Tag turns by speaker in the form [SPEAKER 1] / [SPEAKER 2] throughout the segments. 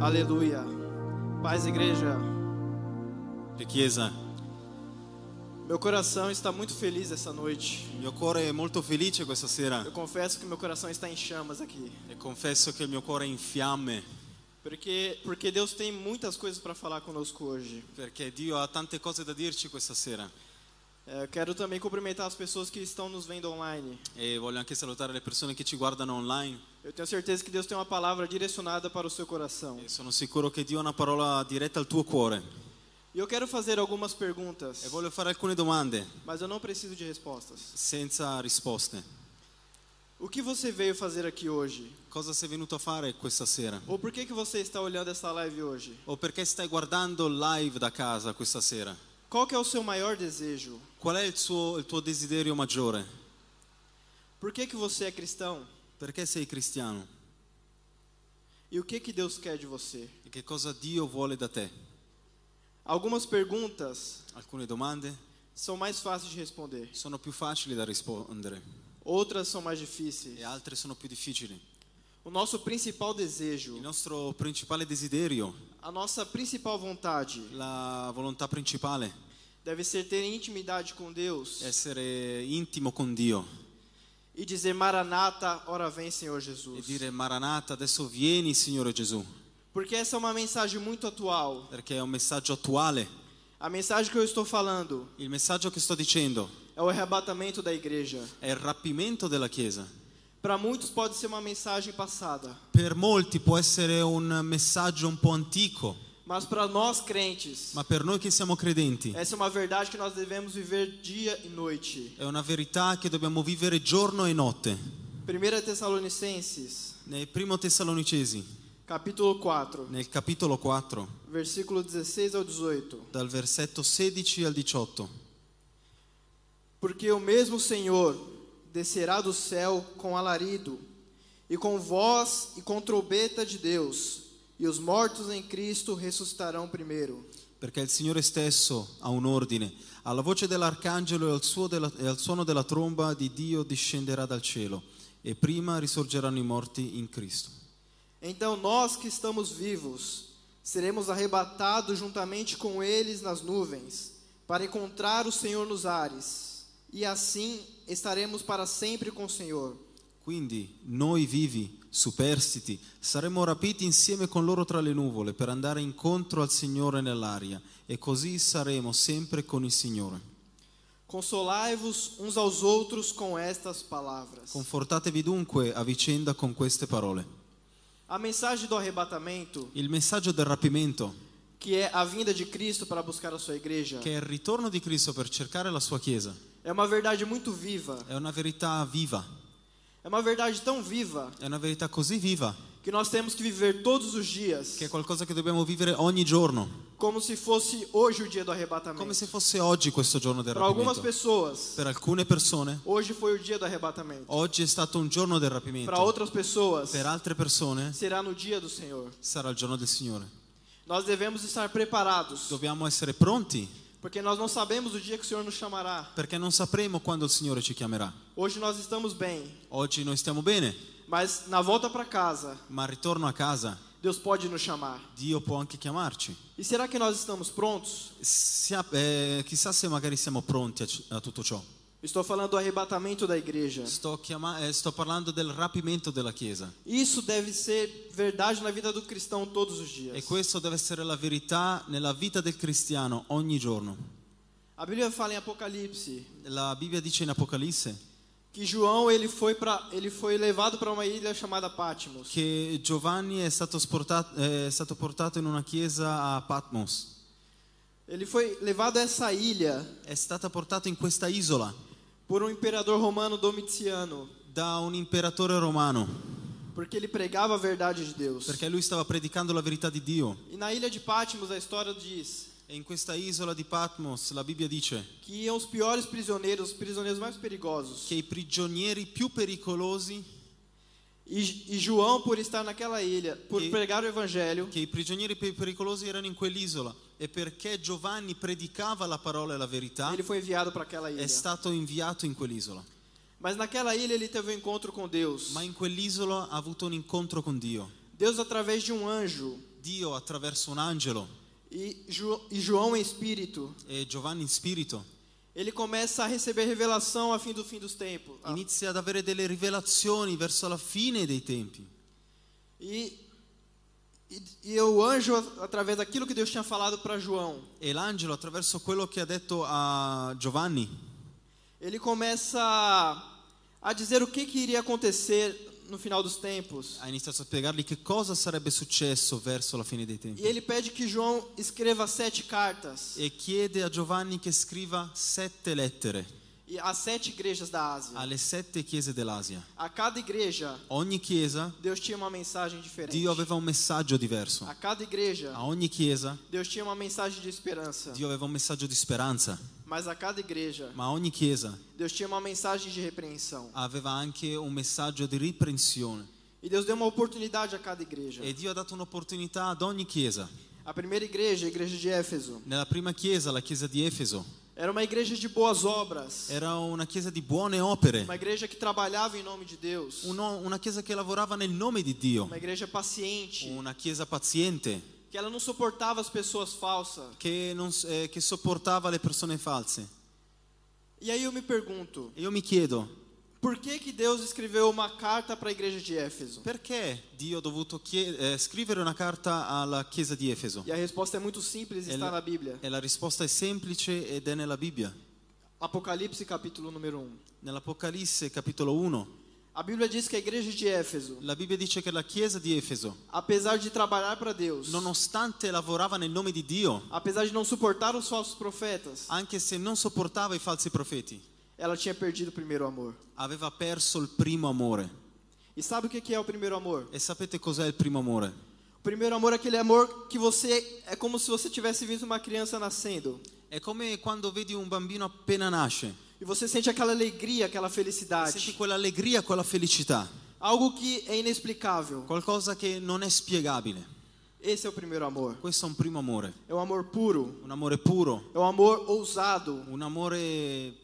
[SPEAKER 1] Aleluia. Paz, igreja.
[SPEAKER 2] Chiesa,
[SPEAKER 1] Meu coração está muito feliz essa noite.
[SPEAKER 2] il mio cuore è molto felice questa sera
[SPEAKER 1] Eu confesso que meu coração está em chamas aqui.
[SPEAKER 2] e confesso che il mio cuore è in fiamme
[SPEAKER 1] Porque, porque Deus tem muitas coisas para falar conosco hoje.
[SPEAKER 2] perché Dio ha tante cose da dirci questa sera
[SPEAKER 1] É, eu quero também cumprimentar as pessoas que estão nos vendo online.
[SPEAKER 2] e voglio anche salutare le persone che ci guardano online
[SPEAKER 1] Eu tenho certeza que Deus tem uma palavra direcionada para o seu coração.
[SPEAKER 2] e sono sicuro che Dio ha una parola diretta al tuo cuore
[SPEAKER 1] E eu quero fazer algumas perguntas,
[SPEAKER 2] e voglio fare alcune domande
[SPEAKER 1] mas eu não preciso de respostas.
[SPEAKER 2] senza risposte.
[SPEAKER 1] O que você veio fazer aqui hoje?
[SPEAKER 2] Cosa sei venuto a fare questa sera?
[SPEAKER 1] Ou por que, que você está olhando essa live hoje?
[SPEAKER 2] O perché stai guardando live da casa questa sera?
[SPEAKER 1] Qual que é o seu maior desejo?
[SPEAKER 2] Qual è il, suo- il tuo desiderio maggiore?
[SPEAKER 1] Por que, que você é cristão?
[SPEAKER 2] Perché sei cristiano?
[SPEAKER 1] E o que, que Deus quer de você?
[SPEAKER 2] E che cosa Dio vuole da te?
[SPEAKER 1] Algumas perguntas
[SPEAKER 2] Alcune domande
[SPEAKER 1] são mais fáceis de responder,
[SPEAKER 2] sono più facili da rispondere
[SPEAKER 1] outras são mais difíceis.
[SPEAKER 2] e altre sono più difficili.
[SPEAKER 1] O nosso principal
[SPEAKER 2] Il
[SPEAKER 1] desejo,
[SPEAKER 2] nostro principale desiderio,
[SPEAKER 1] a nossa principal vontade,
[SPEAKER 2] la volontà principale,
[SPEAKER 1] deve ser ter intimidade com Deus
[SPEAKER 2] è essere intimo con Dio
[SPEAKER 1] e dizer: Maranata, ora vem, Senhor
[SPEAKER 2] e
[SPEAKER 1] Jesus.
[SPEAKER 2] dire Maranata, adesso vieni Signore Gesù,
[SPEAKER 1] Porque essa é uma mensagem muito atual.
[SPEAKER 2] perché è un messaggio attuale.
[SPEAKER 1] A mensagem que eu estou falando
[SPEAKER 2] Il messaggio che sto dicendo
[SPEAKER 1] é o arrebatamento da igreja.
[SPEAKER 2] è il rapimento della Chiesa.
[SPEAKER 1] Para muitos pode ser uma mensagem passada,
[SPEAKER 2] Per molti può essere un messaggio un po' antico,
[SPEAKER 1] mas para nós crentes,
[SPEAKER 2] ma per noi che siamo credenti
[SPEAKER 1] essa é uma verdade que nós devemos viver dia e noite.
[SPEAKER 2] è una verità che dobbiamo vivere giorno e notte.
[SPEAKER 1] 1 Tessalonicenses,
[SPEAKER 2] Nel primo Tessalonicesi
[SPEAKER 1] capítulo 4,
[SPEAKER 2] Nel capitolo 4,
[SPEAKER 1] versículo 16 ao 18.
[SPEAKER 2] dal versetto 16 al 18,
[SPEAKER 1] Porque o mesmo Senhor descerá do céu com alarido, e com voz e com trombeta de Deus, e os mortos em Cristo ressuscitarão primeiro.
[SPEAKER 2] perché il Signore stesso ha un ordine, alla voce dell'arcangelo e al, suo della- e al suono della tromba di Dio discenderà dal cielo, e prima risorgeranno i morti in Cristo.
[SPEAKER 1] Então nós que estamos vivos, seremos arrebatados juntamente com eles nas nuvens, para encontrar o Senhor nos ares, e assim estaremos para sempre com o Senhor.
[SPEAKER 2] Quindi noi vivi, superstiti, saremo rapiti insieme con loro tra le nuvole per andare incontro al Signore nell'aria, e così saremo sempre con il Signore.
[SPEAKER 1] Consolai-vos uns aos outros com estas palavras.
[SPEAKER 2] Confortatevi dunque a vicenda con queste parole.
[SPEAKER 1] A mensagem do arrebatamento
[SPEAKER 2] Il messaggio del rapimento
[SPEAKER 1] que é a vinda de Cristo para buscar a sua igreja,
[SPEAKER 2] che è il ritorno di Cristo per cercare la sua Chiesa.
[SPEAKER 1] é uma verdade muito viva.
[SPEAKER 2] È una verità viva,
[SPEAKER 1] É uma verdade tão viva
[SPEAKER 2] è una verità così viva
[SPEAKER 1] que nós temos que viver todos os dias,
[SPEAKER 2] che è qualcosa che dobbiamo vivere ogni giorno,
[SPEAKER 1] como se fosse hoje o dia do
[SPEAKER 2] come
[SPEAKER 1] arrebatamento.
[SPEAKER 2] se fosse oggi questo giorno del
[SPEAKER 1] Para algumas
[SPEAKER 2] rapimento.
[SPEAKER 1] pessoas,
[SPEAKER 2] Per alcune persone
[SPEAKER 1] hoje foi o dia do arrebatamento.
[SPEAKER 2] oggi è stato un giorno del
[SPEAKER 1] Para
[SPEAKER 2] rapimento,
[SPEAKER 1] outras pessoas,
[SPEAKER 2] per altre persone
[SPEAKER 1] será no dia do Senhor.
[SPEAKER 2] sarà il giorno del Signore.
[SPEAKER 1] Nós devemos estar preparados,
[SPEAKER 2] Dobbiamo essere pronti
[SPEAKER 1] porque nós não sabemos o dia que o Senhor nos chamará.
[SPEAKER 2] perché non sapremo quando il Signore ci chiamerà.
[SPEAKER 1] Hoje nós estamos bem,
[SPEAKER 2] Oggi noi stiamo bene,
[SPEAKER 1] mas na volta para casa,
[SPEAKER 2] ma al ritorno a casa
[SPEAKER 1] Deus pode nos chamar.
[SPEAKER 2] Dio può anche chiamarci.
[SPEAKER 1] E será que nós estamos prontos?
[SPEAKER 2] Sia- eh, chissà se magari siamo pronti a ci- a tutto ciò.
[SPEAKER 1] Estou falando do arrebatamento da igreja.
[SPEAKER 2] Sto, chiama- eh, sto parlando del rapimento della Chiesa
[SPEAKER 1] Isso deve ser verdade na vida do cristão todos os
[SPEAKER 2] e
[SPEAKER 1] dias.
[SPEAKER 2] questo deve essere la verità nella vita del cristiano ogni giorno.
[SPEAKER 1] A Bíblia fala em Apocalipse
[SPEAKER 2] La Bibbia dice in Apocalisse
[SPEAKER 1] que João ele foi para ele foi levado para uma ilha chamada Patmos.
[SPEAKER 2] che Giovanni è stato, sporta- eh, è stato portato in una chiesa a Patmos,
[SPEAKER 1] Ele foi levado a essa ilha
[SPEAKER 2] è stato portato in questa isola
[SPEAKER 1] por um imperador romano Domitiano,
[SPEAKER 2] da un imperatore romano
[SPEAKER 1] porque ele pregava a verdade de Deus.
[SPEAKER 2] perché lui stava predicando la verità di Dio
[SPEAKER 1] E na ilha de Patmos a história diz
[SPEAKER 2] e in questa isola di Patmos la Bibbia dice
[SPEAKER 1] que iam os piores prisioneiros, os prisioneiros mais perigosos.
[SPEAKER 2] che i prigionieri più pericolosi
[SPEAKER 1] E, e João, por estar naquela ilha, por
[SPEAKER 2] E-
[SPEAKER 1] pregar o evangelho,
[SPEAKER 2] che i prigionieri più pericolosi erano in quell'isola e perché Giovanni predicava la parola e la verità
[SPEAKER 1] ele foi enviado para aquela ilha.
[SPEAKER 2] è stato inviato in quell'isola.
[SPEAKER 1] Mas naquela ilha ele teve um encontro com Deus.
[SPEAKER 2] Ma in quell'isola ha avuto un incontro con Dio.
[SPEAKER 1] Deus, através de um anjo,
[SPEAKER 2] Dio attraverso un angelo
[SPEAKER 1] E, Ju- e João, em espírito,
[SPEAKER 2] e Giovanni in spirito
[SPEAKER 1] ele começa a receber revelação a fim do fim dos tempos. Ah,
[SPEAKER 2] inizia ad avere delle rivelazioni verso la fine dei tempi.
[SPEAKER 1] E, e, e o anjo, através daquilo que Deus tinha falado para João,
[SPEAKER 2] E l'angelo, attraverso quello che ha detto a Giovanni,
[SPEAKER 1] ele começa a, a dizer o que, que iria acontecer no final dos tempos.
[SPEAKER 2] ha iniziato a spiegargli che cosa sarebbe successo verso la fine dei
[SPEAKER 1] E
[SPEAKER 2] tempi.
[SPEAKER 1] ele pede que João escreva sete cartas
[SPEAKER 2] E chiede a Giovanni che scriva sette lettere
[SPEAKER 1] e- às sete igrejas da Ásia.
[SPEAKER 2] alle sette chiese dell'Asia.
[SPEAKER 1] A cada igreja,
[SPEAKER 2] Ogni chiesa,
[SPEAKER 1] Deus tinha uma mensagem diferente.
[SPEAKER 2] Dio aveva un messaggio diverso.
[SPEAKER 1] A cada igreja,
[SPEAKER 2] A ogni chiesa,
[SPEAKER 1] Deus tinha uma mensagem de esperança.
[SPEAKER 2] Dio aveva un messaggio di speranza.
[SPEAKER 1] Mas a cada igreja,
[SPEAKER 2] Ma ogni chiesa
[SPEAKER 1] Deus tinha uma mensagem de repreensão.
[SPEAKER 2] aveva anche un messaggio di riprensione.
[SPEAKER 1] E Deus deu uma oportunidade a cada igreja.
[SPEAKER 2] E Dio ha dato un'opportunità ad ogni chiesa.
[SPEAKER 1] A primeira igreja, a igreja de Éfeso,
[SPEAKER 2] Nella prima chiesa, la chiesa di Efeso,
[SPEAKER 1] era uma igreja de boas obras,
[SPEAKER 2] era una chiesa di buone opere,
[SPEAKER 1] uma igreja que trabalhava em nome de Deus,
[SPEAKER 2] uno- una chiesa che lavorava nel nome di Dio,
[SPEAKER 1] uma igreja paciente,
[SPEAKER 2] una chiesa paziente
[SPEAKER 1] que ela não suportava as pessoas falsas.
[SPEAKER 2] che, non s- eh, che sopportava le persone false.
[SPEAKER 1] E aí eu me pergunto,
[SPEAKER 2] E io mi chiedo,
[SPEAKER 1] por que que Deus escreveu uma carta para a igreja de Éfeso?
[SPEAKER 2] perché Dio ha dovuto chie- eh, scrivere una carta alla chiesa di Efeso?
[SPEAKER 1] E a resposta é muito simples,
[SPEAKER 2] Ele-
[SPEAKER 1] está na Bíblia.
[SPEAKER 2] E la risposta è semplice ed è nella Bibbia,
[SPEAKER 1] Apocalipse capítulo número 1.
[SPEAKER 2] nell'Apocalisse capitolo 1.
[SPEAKER 1] A Bíblia diz que a igreja de Éfeso,
[SPEAKER 2] La Bibbia dice che la chiesa di Efeso,
[SPEAKER 1] apesar de trabalhar para Deus,
[SPEAKER 2] nonostante lavorava nel nome di Dio,
[SPEAKER 1] apesar de não suportar os falsos profetas,
[SPEAKER 2] anche se non sopportava i falsi profeti,
[SPEAKER 1] ela tinha perdido o primeiro amor.
[SPEAKER 2] aveva perso il primo amore.
[SPEAKER 1] E sabe o que que é o primeiro amor?
[SPEAKER 2] E sapete cos'è il primo amore?
[SPEAKER 1] O primeiro amor é aquele amor que você é como se você tivesse visto uma criança nascendo
[SPEAKER 2] È come quando vedi un bambino appena nasce,
[SPEAKER 1] e você sente aquela alegria, aquela
[SPEAKER 2] senti
[SPEAKER 1] felicidade,
[SPEAKER 2] quell'allegria, quella felicità,
[SPEAKER 1] algo que é inexplicável.
[SPEAKER 2] qualcosa che non è spiegabile.
[SPEAKER 1] Esse é o primeiro amor.
[SPEAKER 2] Questo è un primo amore,
[SPEAKER 1] É um amor puro,
[SPEAKER 2] un amore puro,
[SPEAKER 1] é um amor ousado,
[SPEAKER 2] un amore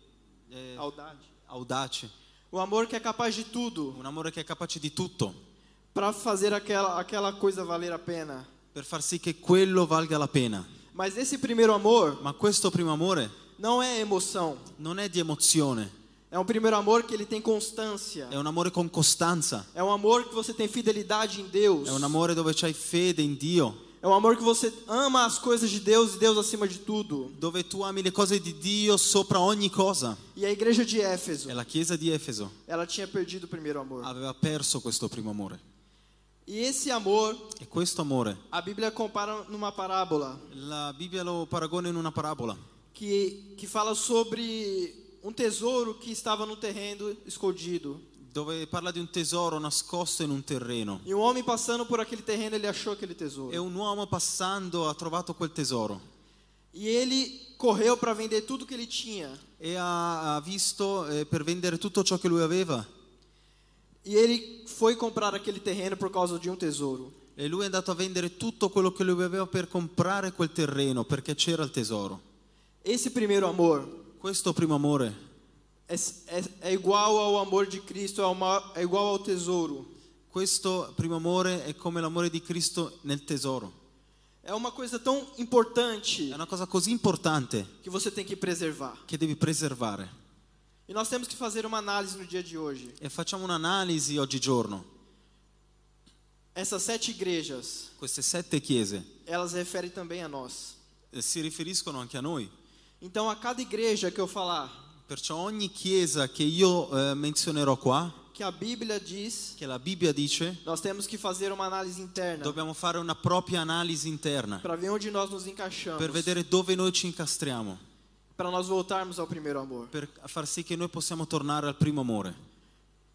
[SPEAKER 2] eh,
[SPEAKER 1] audaz,
[SPEAKER 2] audace,
[SPEAKER 1] um amor que é capaz de tudo
[SPEAKER 2] un amore che è capace di tutto
[SPEAKER 1] para fazer aquela aquela coisa valer a pena.
[SPEAKER 2] per far sì che quello valga la pena.
[SPEAKER 1] Mas esse primeiro amor
[SPEAKER 2] Ma questo primo amore
[SPEAKER 1] não é emoção.
[SPEAKER 2] non è di emozione,
[SPEAKER 1] É um primeiro amor que ele tem constância.
[SPEAKER 2] è un amore con costanza,
[SPEAKER 1] É um amor que você tem fidelidade em Deus.
[SPEAKER 2] è un amore dove c'hai fede in Dio,
[SPEAKER 1] É um amor que você ama as coisas de Deus e Deus acima de tudo.
[SPEAKER 2] dove tu ami le cose di Dio sopra ogni cosa.
[SPEAKER 1] E a igreja de Éfeso,
[SPEAKER 2] E la chiesa di Efeso
[SPEAKER 1] ela tinha perdido o primeiro amor.
[SPEAKER 2] aveva perso questo primo amore.
[SPEAKER 1] E esse amor,
[SPEAKER 2] E questo amore,
[SPEAKER 1] a Bíblia compara numa parábola
[SPEAKER 2] la Bibbia lo paragona in una parabola
[SPEAKER 1] que, que fala sobre um tesouro que estava no terreno escondido.
[SPEAKER 2] dove parla di un tesoro nascosto in un terreno.
[SPEAKER 1] E um homem passando por aquele terreno, ele achou aquele
[SPEAKER 2] E
[SPEAKER 1] tesouro.
[SPEAKER 2] un uomo passando ha trovato quel tesoro
[SPEAKER 1] E ele correu para vender tudo que ele tinha.
[SPEAKER 2] e ha, ha visto eh, per vendere tutto ciò che lui aveva.
[SPEAKER 1] E ele foi comprar aquele terreno por causa de um tesouro.
[SPEAKER 2] E lui è andato a vendere tutto quello che lui aveva per comprare quel terreno perché c'era il tesoro.
[SPEAKER 1] Esse primeiro amor
[SPEAKER 2] Questo primo amore,
[SPEAKER 1] é, é, é igual ao amor de Cristo, é, o maior- é igual ao tesouro.
[SPEAKER 2] questo primo amore è come l'amore di Cristo nel tesoro.
[SPEAKER 1] É uma coisa tão
[SPEAKER 2] È
[SPEAKER 1] importante
[SPEAKER 2] una cosa così importante
[SPEAKER 1] que você tem que preservar.
[SPEAKER 2] che devi preservare.
[SPEAKER 1] E nós temos que fazer uma análise no dia de hoje.
[SPEAKER 2] E facciamo un'analisi oggigiorno.
[SPEAKER 1] Essas sete igrejas,
[SPEAKER 2] Queste sette chiese
[SPEAKER 1] elas referem também a nós.
[SPEAKER 2] eh, si riferiscono anche a noi.
[SPEAKER 1] Então, a cada igreja que eu falar,
[SPEAKER 2] Perciò ogni chiesa che io eh, menzionerò qua,
[SPEAKER 1] que a Bíblia diz,
[SPEAKER 2] che la Bibbia dice,
[SPEAKER 1] nós temos que fazer uma análise interna
[SPEAKER 2] dobbiamo fare una propria analisi interna
[SPEAKER 1] para ver onde nós nos
[SPEAKER 2] per
[SPEAKER 1] encaixamos,
[SPEAKER 2] vedere dove noi ci incastriamo,
[SPEAKER 1] para nós voltarmos ao primeiro amor.
[SPEAKER 2] per far sì che noi possiamo tornare al primo amore.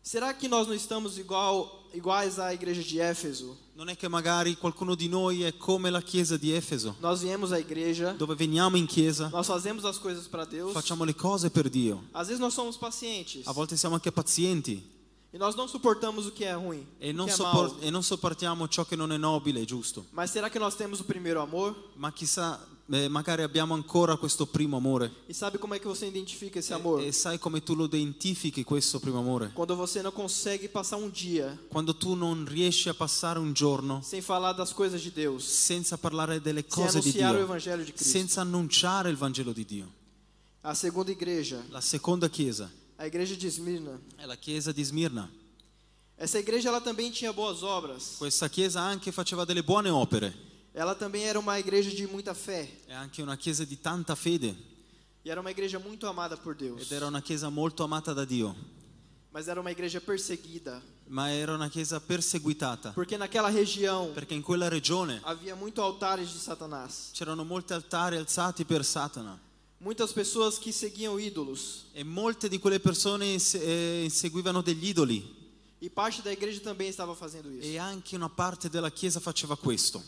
[SPEAKER 1] Será que nós não estamos igual, iguais à igreja de Éfeso?
[SPEAKER 2] Non è che magari qualcuno di noi è come la chiesa di Efeso,
[SPEAKER 1] Nós viemos à igreja,
[SPEAKER 2] dove veniamo in chiesa,
[SPEAKER 1] nós fazemos as coisas para Deus.
[SPEAKER 2] facciamo le cose per Dio,
[SPEAKER 1] Às vezes nós somos pacientes
[SPEAKER 2] a volte siamo anche pazienti
[SPEAKER 1] e nós não suportamos o que é ruim,
[SPEAKER 2] e
[SPEAKER 1] o
[SPEAKER 2] non,
[SPEAKER 1] que é
[SPEAKER 2] soppor-
[SPEAKER 1] mal.
[SPEAKER 2] e non sopportiamo ciò che non è nobile e giusto.
[SPEAKER 1] Mas será que nós temos o primeiro amor?
[SPEAKER 2] Ma chissà, eh, magari abbiamo ancora questo primo amore.
[SPEAKER 1] E sabe como é que você identifica esse amor?
[SPEAKER 2] E sai come tu lo identifichi questo primo amore?
[SPEAKER 1] Quando você não consegue passar um dia
[SPEAKER 2] Quando tu non riesci a passare un giorno
[SPEAKER 1] sem falar das coisas de Deus,
[SPEAKER 2] senza parlare delle
[SPEAKER 1] sem
[SPEAKER 2] cose di
[SPEAKER 1] anunciar o
[SPEAKER 2] Dio,
[SPEAKER 1] evangelho de Cristo.
[SPEAKER 2] senza annunciare il Vangelo di Dio.
[SPEAKER 1] A segunda igreja,
[SPEAKER 2] La seconda chiesa
[SPEAKER 1] a igreja de Esmirna.
[SPEAKER 2] è la chiesa di Smirna.
[SPEAKER 1] Essa igreja ela também tinha boas obras.
[SPEAKER 2] Questa chiesa anche faceva delle buone opere,
[SPEAKER 1] Ela também era uma igreja de muita fé
[SPEAKER 2] è anche una chiesa di tanta fede
[SPEAKER 1] e era uma igreja muito amada por Deus.
[SPEAKER 2] ed era um una chiesa molto amata da Dio,
[SPEAKER 1] Mas era uma igreja perseguida,
[SPEAKER 2] ma era una chiesa perseguitata
[SPEAKER 1] porque naquela região
[SPEAKER 2] perché in quella regione
[SPEAKER 1] havia muito altares de Satanás.
[SPEAKER 2] c'erano molti altari alzati per Satana
[SPEAKER 1] Muitas pessoas que seguiam ídolos.
[SPEAKER 2] e molte di quelle persone inse- eh, inseguivano degli idoli
[SPEAKER 1] E parte da igreja também estava fazendo isso.
[SPEAKER 2] e anche una parte della chiesa faceva questo.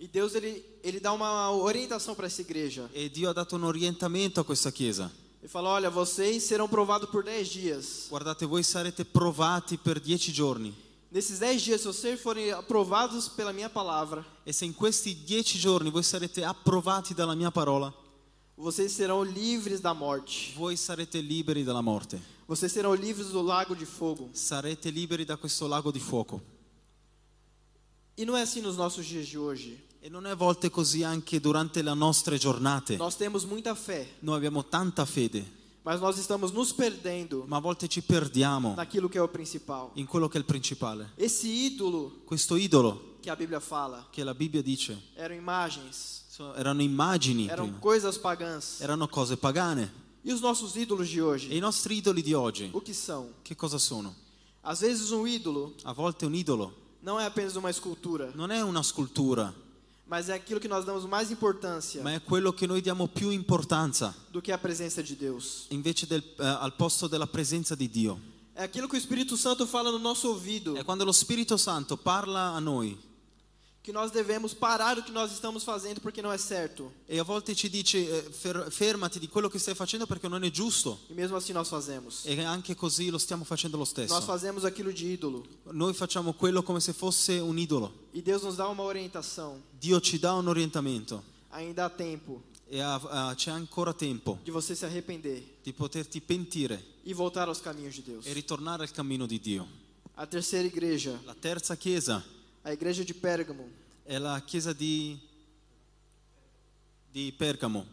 [SPEAKER 1] E Deus ele, ele dá uma orientação para essa igreja.
[SPEAKER 2] E Dio ha dato un orientamento a questa chiesa.
[SPEAKER 1] Ele fala: Olha, vocês serão provados por 10 dias.
[SPEAKER 2] Guardate, voi sarete provati per dieci giorni.
[SPEAKER 1] Nesses 10 dias, se vocês forem aprovados pela minha palavra,
[SPEAKER 2] E se in questi dieci giorni voi sarete approvati dalla mia parola,
[SPEAKER 1] vocês serão livres da morte.
[SPEAKER 2] voi sarete liberi dalla morte.
[SPEAKER 1] Vocês serão livres do lago de fogo.
[SPEAKER 2] Sarete liberi da questo lago di fuoco.
[SPEAKER 1] E não é assim nos nossos dias de hoje.
[SPEAKER 2] E non è a volte così anche durante le nostre giornate.
[SPEAKER 1] Nós temos muita fé,
[SPEAKER 2] Noi abbiamo tanta fede,
[SPEAKER 1] mas nós estamos nos perdendo
[SPEAKER 2] ma a volte ci perdiamo
[SPEAKER 1] naquilo que é o principal.
[SPEAKER 2] in quello che è il principale.
[SPEAKER 1] Esse ídolo
[SPEAKER 2] Questo idolo
[SPEAKER 1] que a Bíblia fala
[SPEAKER 2] che la Bibbia dice
[SPEAKER 1] eram imagens,
[SPEAKER 2] so- erano immagini,
[SPEAKER 1] eram
[SPEAKER 2] prima,
[SPEAKER 1] coisas pagãs.
[SPEAKER 2] erano cose pagane.
[SPEAKER 1] E os nossos ídolos de
[SPEAKER 2] E
[SPEAKER 1] hoje,
[SPEAKER 2] i nostri idoli di oggi,
[SPEAKER 1] o que são?
[SPEAKER 2] che cosa sono?
[SPEAKER 1] Às vezes um ídolo
[SPEAKER 2] A volte un idolo
[SPEAKER 1] não é apenas uma escultura,
[SPEAKER 2] non è una scultura,
[SPEAKER 1] mas é aquilo que nós damos mais importância
[SPEAKER 2] ma è quello che noi diamo più importanza
[SPEAKER 1] do que a presença de Deus.
[SPEAKER 2] invece del- eh, al posto della presenza di Dio.
[SPEAKER 1] É aquilo que o Espírito Santo fala no nosso ouvido,
[SPEAKER 2] È É quando lo Spirito Santo parla a noi
[SPEAKER 1] que nós devemos parar o que nós estamos fazendo porque não é certo.
[SPEAKER 2] e a volte ci dice eh, fer- fermati di quello che stai facendo perché non è giusto.
[SPEAKER 1] E mesmo assim nós fazemos.
[SPEAKER 2] E anche così lo stiamo facendo lo
[SPEAKER 1] Nós
[SPEAKER 2] stesso.
[SPEAKER 1] fazemos aquilo de ídolo.
[SPEAKER 2] Noi facciamo quello come se fosse un idolo.
[SPEAKER 1] E Deus nos dá uma orientação.
[SPEAKER 2] Dio ci dà un orientamento
[SPEAKER 1] Ainda há tempo
[SPEAKER 2] e ha- ha- c'è ancora tempo
[SPEAKER 1] de você se arrepender
[SPEAKER 2] di poterti pentire
[SPEAKER 1] e voltar aos caminhos de Deus.
[SPEAKER 2] e ritornare al cammino di Dio.
[SPEAKER 1] A terceira igreja,
[SPEAKER 2] La terza chiesa
[SPEAKER 1] a igreja de Pérgamo,
[SPEAKER 2] è la chiesa di, di Pergamo.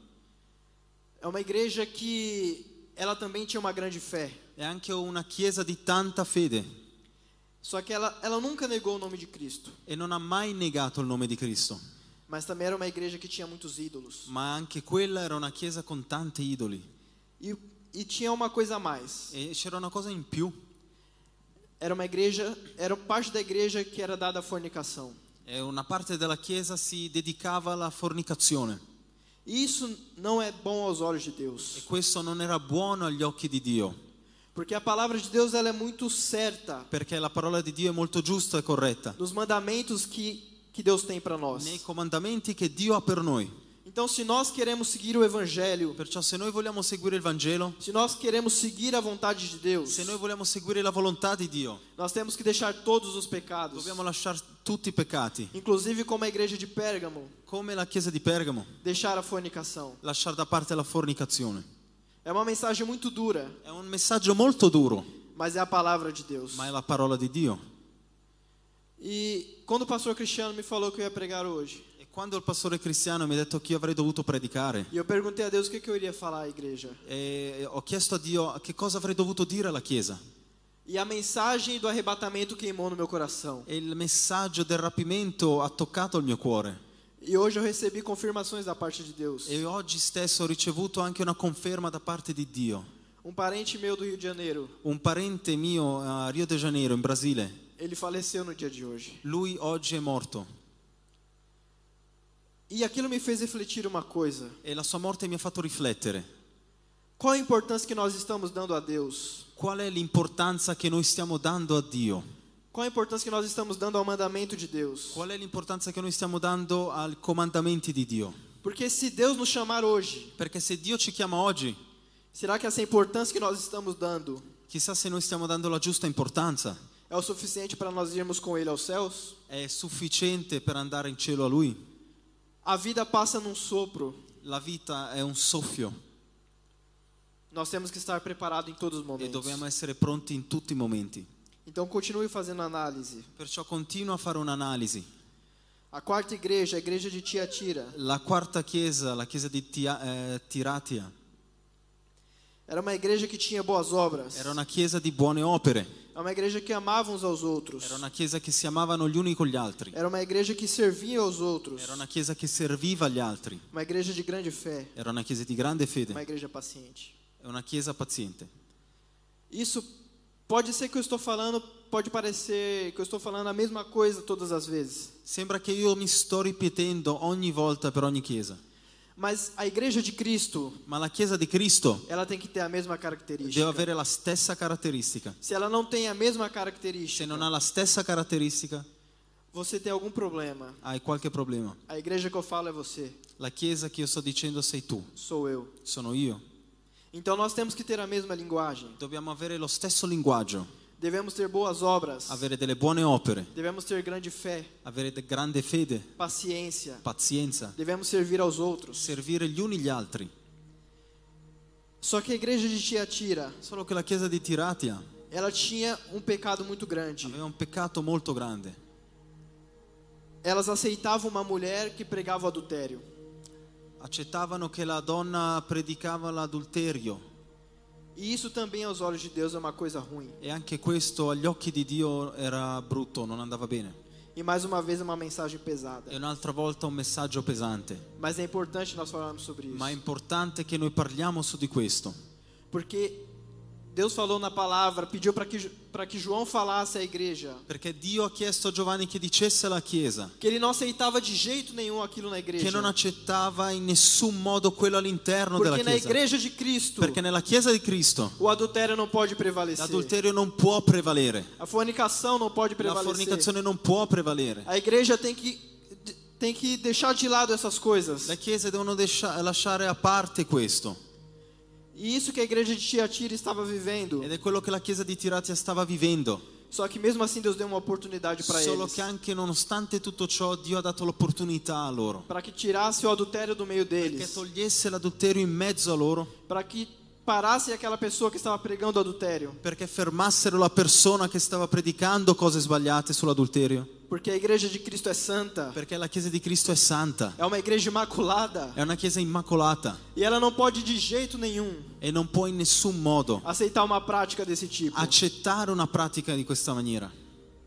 [SPEAKER 1] é uma igreja que ela também tinha uma grande fé.
[SPEAKER 2] È anche una chiesa di tanta fede
[SPEAKER 1] Só que ela, ela nunca negou o nome de Cristo.
[SPEAKER 2] e non ha mai negato il nome di Cristo,
[SPEAKER 1] Mas também era uma igreja que tinha muitos ídolos.
[SPEAKER 2] ma anche quella era una chiesa con tanti idoli.
[SPEAKER 1] E, e tinha uma coisa a mais.
[SPEAKER 2] E c'era una cosa in più,
[SPEAKER 1] Era uma igreja, era parte da igreja que era dada à fornicação.
[SPEAKER 2] E una parte della chiesa si dedicava alla fornicazione
[SPEAKER 1] E isso não é bom aos olhos de Deus.
[SPEAKER 2] e questo non era buono agli occhi di Dio,
[SPEAKER 1] Porque a palavra de Deus ela é muito certa
[SPEAKER 2] perché la parola di Dio è molto giusta e corretta
[SPEAKER 1] nos mandamentos que, que Deus tem para nós.
[SPEAKER 2] nei comandamenti che Dio ha per noi.
[SPEAKER 1] Então, se nós queremos seguir o Evangelho,
[SPEAKER 2] Perciò se noi vogliamo seguire il Vangelo,
[SPEAKER 1] se nós queremos seguir a vontade de Deus,
[SPEAKER 2] se noi vogliamo seguire la volontà di Dio,
[SPEAKER 1] nós temos que deixar todos os pecados,
[SPEAKER 2] Dobbiamo lasciare tutti i peccati,
[SPEAKER 1] inclusive como a igreja de Pérgamo,
[SPEAKER 2] come la chiesa di Pergamo,
[SPEAKER 1] deixar a fornicação.
[SPEAKER 2] lasciare da parte la fornicazione.
[SPEAKER 1] É uma mensagem muito dura,
[SPEAKER 2] È un messaggio molto duro,
[SPEAKER 1] mas é a palavra de Deus.
[SPEAKER 2] ma è la parola di Dio.
[SPEAKER 1] E quando o pastor Cristiano me falou que eu ia pregar hoje,
[SPEAKER 2] E quando il pastore cristiano mi ha detto che io avrei dovuto predicare,
[SPEAKER 1] e eu perguntei a Deus o que, que eu iria falar à igreja,
[SPEAKER 2] e ho chiesto a Dio che cosa avrei dovuto dire alla chiesa.
[SPEAKER 1] e a mensagem do arrebatamento queimou no meu coração.
[SPEAKER 2] E il messaggio del rapimento ha toccato il mio cuore.
[SPEAKER 1] E hoje eu recebi confirmações da parte de Deus.
[SPEAKER 2] E oggi stesso ho ricevuto anche una conferma da parte di Dio.
[SPEAKER 1] Um parente meu do Rio de Janeiro,
[SPEAKER 2] Un parente mio a Rio de Janeiro, in Brasile,
[SPEAKER 1] ele faleceu no dia de hoje.
[SPEAKER 2] lui oggi è morto.
[SPEAKER 1] E aquilo me fez refletir uma coisa.
[SPEAKER 2] E la sua morte mi ha fatto riflettere.
[SPEAKER 1] Qual a importância que nós estamos dando a Deus?
[SPEAKER 2] Qual è l'importanza che noi stiamo dando a Dio?
[SPEAKER 1] Qual a importância que nós estamos dando ao mandamento de Deus?
[SPEAKER 2] Qual è l'importanza che noi stiamo dando ai comandamenti di Dio?
[SPEAKER 1] Porque se Deus nos chamar hoje,
[SPEAKER 2] Perché se Dio ci chiama oggi,
[SPEAKER 1] será que essa importância que nós estamos dando
[SPEAKER 2] chissà se noi stiamo dando la giusta importanza.
[SPEAKER 1] é o suficiente para nós irmos com Ele aos céus?
[SPEAKER 2] È sufficiente per andare in cielo a Lui?
[SPEAKER 1] A vida passa num sopro.
[SPEAKER 2] La vita è un soffio
[SPEAKER 1] Nós temos que estar preparados em todos os
[SPEAKER 2] e
[SPEAKER 1] momentos.
[SPEAKER 2] dobbiamo essere pronti in tutti i momenti.
[SPEAKER 1] Então continue fazendo análise.
[SPEAKER 2] Perciò continua a fare un'analisi.
[SPEAKER 1] A quarta igreja, a igreja de Tiatira,
[SPEAKER 2] La quarta chiesa, la chiesa di Tia- eh, Tiratia,
[SPEAKER 1] era uma igreja que tinha boas obras.
[SPEAKER 2] era una chiesa di buone opere,
[SPEAKER 1] É uma igreja que amava uns aos outros.
[SPEAKER 2] era una chiesa che si amavano gli uni con gli altri,
[SPEAKER 1] Era uma igreja que servia aos outros.
[SPEAKER 2] era una chiesa che serviva agli altri,
[SPEAKER 1] Uma igreja de grande fé.
[SPEAKER 2] era una chiesa di grande
[SPEAKER 1] Uma
[SPEAKER 2] fede,
[SPEAKER 1] igreja paciente.
[SPEAKER 2] è una chiesa paziente.
[SPEAKER 1] Isso pode ser que eu estou falando, pode parecer que eu estou falando a mesma coisa todas as vezes.
[SPEAKER 2] Sembra che io mi sto ripetendo ogni volta per ogni chiesa,
[SPEAKER 1] Mas a igreja de Cristo,
[SPEAKER 2] ma la chiesa di Cristo
[SPEAKER 1] ela tem que ter a mesma
[SPEAKER 2] deve
[SPEAKER 1] característica.
[SPEAKER 2] avere la stessa caratteristica.
[SPEAKER 1] Se ela não tem a mesma
[SPEAKER 2] Se
[SPEAKER 1] característica,
[SPEAKER 2] non ha la stessa caratteristica,
[SPEAKER 1] você tem algum problema.
[SPEAKER 2] hai qualche problema.
[SPEAKER 1] A igreja que eu falo é você,
[SPEAKER 2] La chiesa che io sto dicendo sei tu,
[SPEAKER 1] sou eu.
[SPEAKER 2] sono io.
[SPEAKER 1] Então nós temos que ter a mesma linguagem.
[SPEAKER 2] Dobbiamo avere lo stesso linguaggio,
[SPEAKER 1] Devemos ter boas obras.
[SPEAKER 2] avere delle buone opere,
[SPEAKER 1] Devemos ter grande fé,
[SPEAKER 2] avere de- grande fede,
[SPEAKER 1] paciência.
[SPEAKER 2] pazienza,
[SPEAKER 1] Devemos servir aos outros.
[SPEAKER 2] servire gli uni gli altri.
[SPEAKER 1] Só que a igreja de Tiatira,
[SPEAKER 2] Solo che la chiesa di Tiratia
[SPEAKER 1] ela tinha um pecado muito grande.
[SPEAKER 2] aveva un peccato molto grande.
[SPEAKER 1] Elas aceitavam uma mulher que pregava o adultério.
[SPEAKER 2] Accettavano che la donna predicava l'adulterio
[SPEAKER 1] E isso também aos olhos de Deus é uma coisa ruim.
[SPEAKER 2] e anche questo agli occhi di Dio era brutto, non andava bene.
[SPEAKER 1] E mais uma vez é uma mensagem
[SPEAKER 2] E
[SPEAKER 1] pesada.
[SPEAKER 2] un'altra volta un messaggio pesante.
[SPEAKER 1] Mas é importante nós falarmos sobre isso.
[SPEAKER 2] Ma è importante che noi parliamo su di questo,
[SPEAKER 1] Porque Deus falou na palavra, pediu para que, pra que João falasse à igreja.
[SPEAKER 2] perché Dio ha chiesto a Giovanni che dicesse alla chiesa
[SPEAKER 1] Que ele não aceitava de jeito nenhum aquilo na igreja.
[SPEAKER 2] che non accettava in nessun modo quello all'interno della
[SPEAKER 1] Porque na
[SPEAKER 2] chiesa.
[SPEAKER 1] igreja de Cristo,
[SPEAKER 2] Perché nella chiesa di Cristo
[SPEAKER 1] o adultério não pode prevalecer.
[SPEAKER 2] l'adulterio non può prevalere.
[SPEAKER 1] A fornicação não pode
[SPEAKER 2] La
[SPEAKER 1] prevalecer.
[SPEAKER 2] fornicazione non può prevalere.
[SPEAKER 1] A igreja tem que, tem que deixar de lado essas coisas.
[SPEAKER 2] Le chiese devono descia- lasciare a parte questo.
[SPEAKER 1] E isso que a igreja de Tiatira estava vivendo.
[SPEAKER 2] Ed è quello che la chiesa di Tiratia stava vivendo.
[SPEAKER 1] Só que mesmo assim Deus deu uma oportunidade para
[SPEAKER 2] Solo
[SPEAKER 1] eles.
[SPEAKER 2] che anche nonostante tutto ciò Dio ha dato l'opportunità a loro.
[SPEAKER 1] Para que tirasse o adultério do meio
[SPEAKER 2] Che
[SPEAKER 1] deles.
[SPEAKER 2] togliesse l'adulterio in mezzo a loro.
[SPEAKER 1] Para que parasse aquela pessoa que estava pregando adultério.
[SPEAKER 2] Perché fermassero la persona che stava predicando cose sbagliate sull'adulterio.
[SPEAKER 1] Porque a igreja de Cristo é santa.
[SPEAKER 2] Perché la chiesa di Cristo é santa.
[SPEAKER 1] É uma igreja imaculada.
[SPEAKER 2] È una chiesa immacolata.
[SPEAKER 1] E ela não pode de jeito nenhum
[SPEAKER 2] E non può in nessun modo
[SPEAKER 1] aceitar uma prática desse tipo.
[SPEAKER 2] accettare una pratica di questa maniera.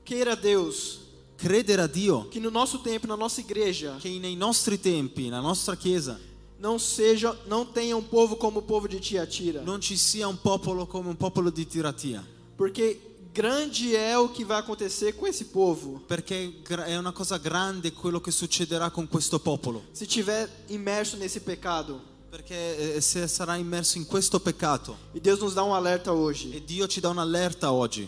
[SPEAKER 1] Queira Deus
[SPEAKER 2] Credere a Dio
[SPEAKER 1] que no nosso tempo, na nossa igreja,
[SPEAKER 2] che nei nostri tempi, nella nostra chiesa,
[SPEAKER 1] não seja, não tenha um povo como o povo de Tiatira.
[SPEAKER 2] non ci sia un popolo come un popolo di tiratia,
[SPEAKER 1] Porque grande é o que vai acontecer com esse povo
[SPEAKER 2] perché gra- è una cosa grande quello che succederà con questo popolo,
[SPEAKER 1] se tiver imerso nesse pecado.
[SPEAKER 2] perché eh, se sarà immerso in questo peccato
[SPEAKER 1] E Deus nos dá um alerta hoje.
[SPEAKER 2] e Dio ci dà un'allerta oggi,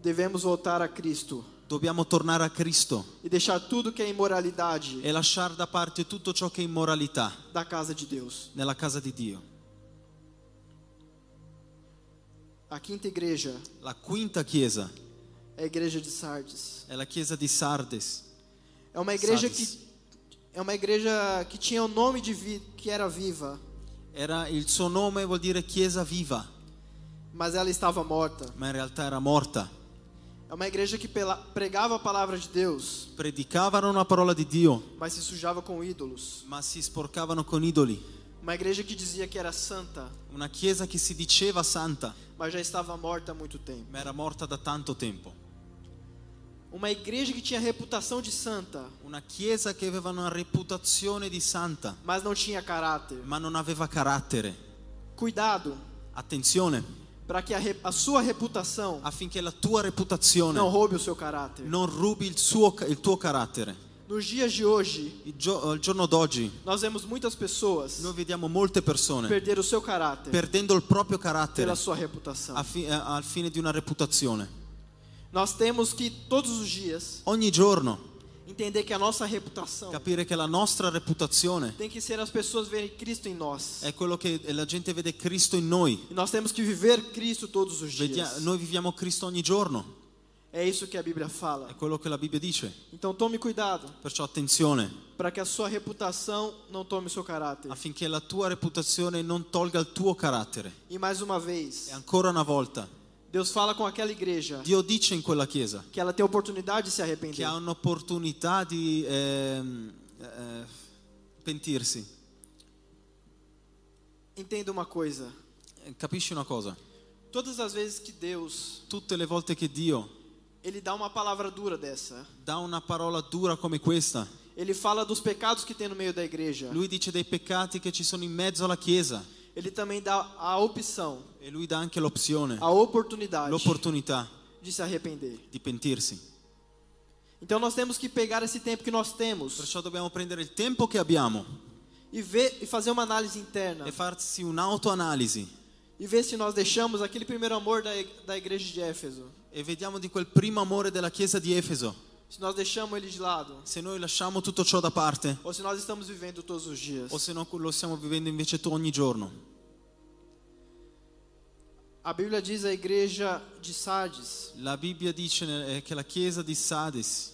[SPEAKER 1] Devemos voltar a Cristo
[SPEAKER 2] dobbiamo tornare a Cristo
[SPEAKER 1] e deixar tudo que é imoralidade
[SPEAKER 2] e lasciare da parte tutto ciò che è immoralità
[SPEAKER 1] da casa de Deus.
[SPEAKER 2] nella casa di Dio.
[SPEAKER 1] A quinta igreja
[SPEAKER 2] La quinta chiesa
[SPEAKER 1] é a igreja de Sardes.
[SPEAKER 2] è la chiesa di Sardes,
[SPEAKER 1] É uma igreja
[SPEAKER 2] Sardes.
[SPEAKER 1] que é uma igreja que tinha o nome de vi, que era viva,
[SPEAKER 2] Era- il suo nome vuol dire chiesa viva,
[SPEAKER 1] mas ela estava morta.
[SPEAKER 2] ma in realtà era morta.
[SPEAKER 1] É uma igreja que pela, pregava a palavra de Deus,
[SPEAKER 2] Predicavano una parola di Dio,
[SPEAKER 1] mas se sujava com ídolos.
[SPEAKER 2] ma si sporcavano con idoli.
[SPEAKER 1] Uma igreja que dizia que era santa,
[SPEAKER 2] Una chiesa che si diceva santa,
[SPEAKER 1] mas já estava morta há muito tempo.
[SPEAKER 2] ma era morta da tanto tempo.
[SPEAKER 1] Uma igreja que tinha reputação de santa,
[SPEAKER 2] Una chiesa che aveva una reputazione di santa,
[SPEAKER 1] mas não tinha caráter.
[SPEAKER 2] ma non aveva carattere.
[SPEAKER 1] Cuidado
[SPEAKER 2] Attenzione,
[SPEAKER 1] para que a, re- a sua reputação
[SPEAKER 2] affinché la tua reputazione
[SPEAKER 1] não roube o seu caráter.
[SPEAKER 2] non rubi il, suo- il tuo carattere.
[SPEAKER 1] Nos dias de hoje,
[SPEAKER 2] Il, gio- al giorno d'oggi
[SPEAKER 1] nós vemos muitas pessoas
[SPEAKER 2] noi vediamo molte persone
[SPEAKER 1] perder o seu caráter
[SPEAKER 2] perdendo il proprio carattere
[SPEAKER 1] pela sua reputação.
[SPEAKER 2] affi- eh, al fine di una reputazione.
[SPEAKER 1] Nós temos que todos os dias
[SPEAKER 2] Ogni giorno
[SPEAKER 1] entender que a nossa reputação
[SPEAKER 2] capire che la nostra reputazione
[SPEAKER 1] tem que ser as pessoas verem Cristo em nós.
[SPEAKER 2] è quello che la gente vede Cristo in noi.
[SPEAKER 1] E nós temos que viver Cristo todos os
[SPEAKER 2] Vedia-
[SPEAKER 1] dias.
[SPEAKER 2] noi viviamo Cristo ogni giorno.
[SPEAKER 1] É isso que a Bíblia fala.
[SPEAKER 2] È quello che la Bibbia dice.
[SPEAKER 1] Então tome cuidado
[SPEAKER 2] Perciò attenzione
[SPEAKER 1] para que a sua reputação não tome o seu caráter.
[SPEAKER 2] affinché la tua reputazione non tolga il tuo carattere.
[SPEAKER 1] E mais uma vez,
[SPEAKER 2] E ancora una volta,
[SPEAKER 1] Deus fala com aquela igreja
[SPEAKER 2] Dio dice in quella chiesa
[SPEAKER 1] que ela tem a oportunidade de se
[SPEAKER 2] che
[SPEAKER 1] arrepender.
[SPEAKER 2] ha un'opportunità di ehm, eh, pentirsi.
[SPEAKER 1] Entenda uma coisa.
[SPEAKER 2] Eh, Capisci una cosa?
[SPEAKER 1] Todas as vezes que Deus,
[SPEAKER 2] Tutte le volte che Dio
[SPEAKER 1] ele dá uma palavra dura dessa,
[SPEAKER 2] dà una parola dura come questa,
[SPEAKER 1] ele fala dos pecados que tem no meio da igreja.
[SPEAKER 2] lui dice dei peccati che ci sono in mezzo alla chiesa
[SPEAKER 1] Ele também dá a opção,
[SPEAKER 2] e lui dà anche l'opzione,
[SPEAKER 1] a oportunidade
[SPEAKER 2] l'opportunità
[SPEAKER 1] de se arrepender.
[SPEAKER 2] di pentirsi.
[SPEAKER 1] Então nós temos que pegar esse tempo que nós temos
[SPEAKER 2] Perciò dobbiamo prendere il tempo che abbiamo
[SPEAKER 1] e ver e fazer uma análise interna
[SPEAKER 2] e farsi un'autoanalisi
[SPEAKER 1] e ver se nós deixamos aquele primeiro amor da, i- da igreja de Éfeso,
[SPEAKER 2] e vediamo di quel primo amore della chiesa di Efeso,
[SPEAKER 1] se nós deixamos ele de lado
[SPEAKER 2] se noi lasciamo tutto ciò da parte
[SPEAKER 1] ou se nós estamos vivendo todos os dias.
[SPEAKER 2] o se no lo stiamo vivendo invece tu ogni giorno.
[SPEAKER 1] A Bíblia diz a igreja de Sardes
[SPEAKER 2] La Bibbia dice eh, che la chiesa di Sades,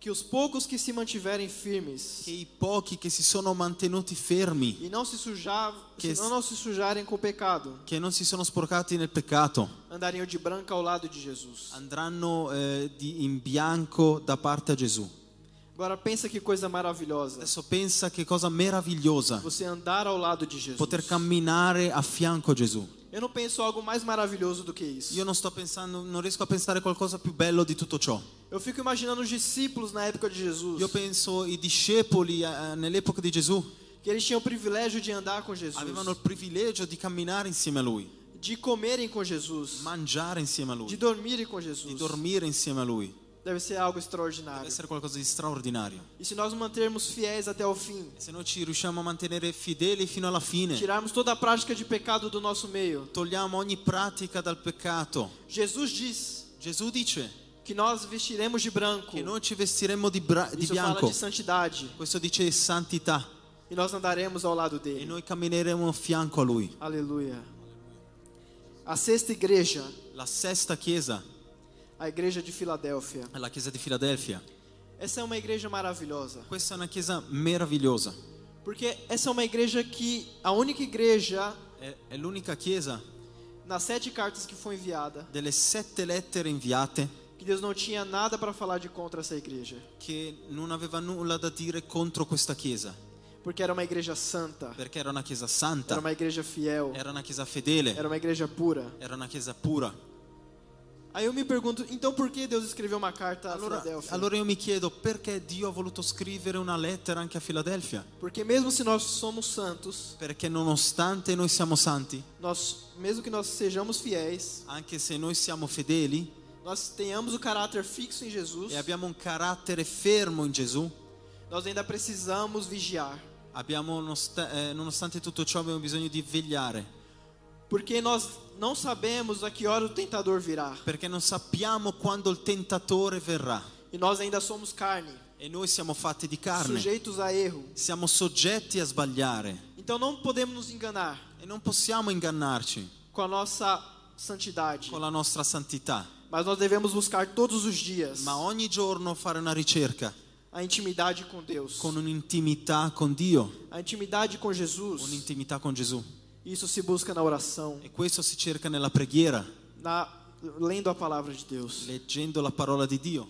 [SPEAKER 1] que os poucos que se mantiverem firmes
[SPEAKER 2] che i pochi che si sono mantenuti fermi,
[SPEAKER 1] e não se sujar,
[SPEAKER 2] Que
[SPEAKER 1] se não, não se sujarem com o pecado,
[SPEAKER 2] che non si sono sporcati nel peccato,
[SPEAKER 1] andariam de branca ao lado de Jesus.
[SPEAKER 2] andranno eh, di- in bianco da parte a Gesù.
[SPEAKER 1] Agora pensa que coisa maravilhosa.
[SPEAKER 2] Adesso pensa che cosa meravigliosa
[SPEAKER 1] Você andar ao lado de Jesus.
[SPEAKER 2] poter camminare a fianco a Gesù.
[SPEAKER 1] Eu não penso algo mais maravilhoso do que isso.
[SPEAKER 2] Io non sto pensando, non riesco a pensare qualcosa più bello di tutto ciò.
[SPEAKER 1] Eu fico imaginando os discípulos na época de Jesus,
[SPEAKER 2] Io penso i discepoli eh, nell'epoca di Gesù
[SPEAKER 1] que eles tinham o privilégio de andar com Jesus,
[SPEAKER 2] avevano il privilegio di camminare insieme a lui,
[SPEAKER 1] de comerem com Jesus,
[SPEAKER 2] mangiare insieme a
[SPEAKER 1] de
[SPEAKER 2] lui,
[SPEAKER 1] dormirem com Jesus.
[SPEAKER 2] di dormire insieme a lui.
[SPEAKER 1] Deve ser algo
[SPEAKER 2] Deve
[SPEAKER 1] extraordinário.
[SPEAKER 2] essere qualcosa di straordinario.
[SPEAKER 1] E se nós mantermos fiéis até o fim,
[SPEAKER 2] E se noi ci riusciamo a mantenere fedeli fino alla fine,
[SPEAKER 1] tirarmos toda a prática de pecado do nosso meio,
[SPEAKER 2] togliamo ogni pratica dal peccato.
[SPEAKER 1] Jesus diz
[SPEAKER 2] Gesù dice
[SPEAKER 1] que nós vestiremos de branco.
[SPEAKER 2] che noi ci vestiremo di, bra- di
[SPEAKER 1] Isso fala
[SPEAKER 2] bianco.
[SPEAKER 1] de santidade
[SPEAKER 2] Questo dice santità
[SPEAKER 1] e nós andaremos ao lado dele.
[SPEAKER 2] e noi cammineremo a fianco a lui.
[SPEAKER 1] Aleluia. A sexta igreja,
[SPEAKER 2] La sesta chiesa
[SPEAKER 1] a igreja de Filadélfia.
[SPEAKER 2] è la chiesa di Filadelfia.
[SPEAKER 1] Essa é uma igreja maravilhosa,
[SPEAKER 2] Questa è una chiesa meravigliosa.
[SPEAKER 1] porque essa é uma igreja que a única igreja
[SPEAKER 2] È, è l'unica chiesa
[SPEAKER 1] nas sete cartas que foi enviada
[SPEAKER 2] delle sette lettere inviate
[SPEAKER 1] que Deus não tinha nada para falar de contra essa igreja,
[SPEAKER 2] che non aveva nulla da dire contro questa chiesa,
[SPEAKER 1] porque era uma igreja santa,
[SPEAKER 2] perché era una chiesa
[SPEAKER 1] era
[SPEAKER 2] santa,
[SPEAKER 1] uma igreja fiel,
[SPEAKER 2] era una chiesa fedele,
[SPEAKER 1] era uma igreja pura.
[SPEAKER 2] era una chiesa pura.
[SPEAKER 1] Aí eu me pergunto, então por que Deus escreveu uma carta a
[SPEAKER 2] Allora,
[SPEAKER 1] Filadélfia?
[SPEAKER 2] allora io mi chiedo perché Dio ha voluto scrivere una lettera anche a Filadelfia?
[SPEAKER 1] Porque mesmo se nós somos santos,
[SPEAKER 2] Perché nonostante noi siamo santi,
[SPEAKER 1] nós mesmo que nós sejamos fiéis,
[SPEAKER 2] anche se noi siamo fedeli
[SPEAKER 1] nós tenhamos o caráter fixo em Jesus,
[SPEAKER 2] e abbiamo un carattere fermo in Gesù,
[SPEAKER 1] nós ainda precisamos vigiar,
[SPEAKER 2] abbiamo nosta- eh, nonostante tutto ciò abbiamo bisogno di vegliare,
[SPEAKER 1] porque nós não sabemos a que hora o tentador virá.
[SPEAKER 2] perché non sappiamo quando il tentatore verrà
[SPEAKER 1] E nós ainda somos carne,
[SPEAKER 2] e noi siamo fatti di carne,
[SPEAKER 1] sujeitos a erro.
[SPEAKER 2] siamo soggetti a sbagliare
[SPEAKER 1] Então não podemos nos enganar
[SPEAKER 2] e non possiamo ingannarci
[SPEAKER 1] com a nossa santidade,
[SPEAKER 2] con la nostra santità,
[SPEAKER 1] mas nós devemos buscar todos os dias
[SPEAKER 2] ma ogni giorno fare una ricerca
[SPEAKER 1] a intimidade com Deus,
[SPEAKER 2] con un'intimità con Dio,
[SPEAKER 1] a intimidade com Jesus.
[SPEAKER 2] un'intimità con Gesù.
[SPEAKER 1] Isso se busca na oração,
[SPEAKER 2] E questo si cerca nella preghiera,
[SPEAKER 1] na lendo a palavra de Deus.
[SPEAKER 2] leggendo la parola di Dio.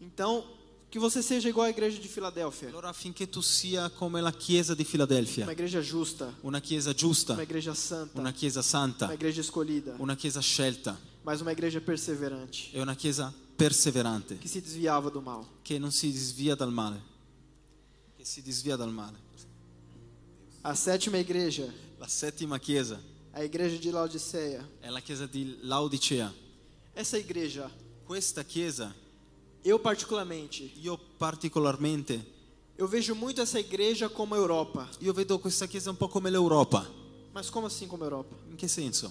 [SPEAKER 1] Então, que você seja igual à igreja de Filadélfia,
[SPEAKER 2] Allora affinché tu sia come la chiesa di Filadelfia,
[SPEAKER 1] uma igreja justa,
[SPEAKER 2] una chiesa
[SPEAKER 1] uma
[SPEAKER 2] giusta,
[SPEAKER 1] igreja santa,
[SPEAKER 2] una
[SPEAKER 1] uma
[SPEAKER 2] chiesa santa,
[SPEAKER 1] igreja escolhida,
[SPEAKER 2] una chiesa scelta
[SPEAKER 1] mas uma igreja perseverante,
[SPEAKER 2] e una chiesa perseverante
[SPEAKER 1] que se desviava do mal.
[SPEAKER 2] che non si disvia dal male, che si disvia dal male.
[SPEAKER 1] A sétima igreja,
[SPEAKER 2] La settima chiesa
[SPEAKER 1] a igreja de Laodiceia.
[SPEAKER 2] è la chiesa di Laodicea.
[SPEAKER 1] Essa igreja,
[SPEAKER 2] Questa chiesa
[SPEAKER 1] eu particularmente,
[SPEAKER 2] io particolarmente
[SPEAKER 1] eu vejo muito essa igreja como a Europa.
[SPEAKER 2] io vedo questa chiesa un po' come l'Europa.
[SPEAKER 1] Mas como assim como a Europa?
[SPEAKER 2] In che senso?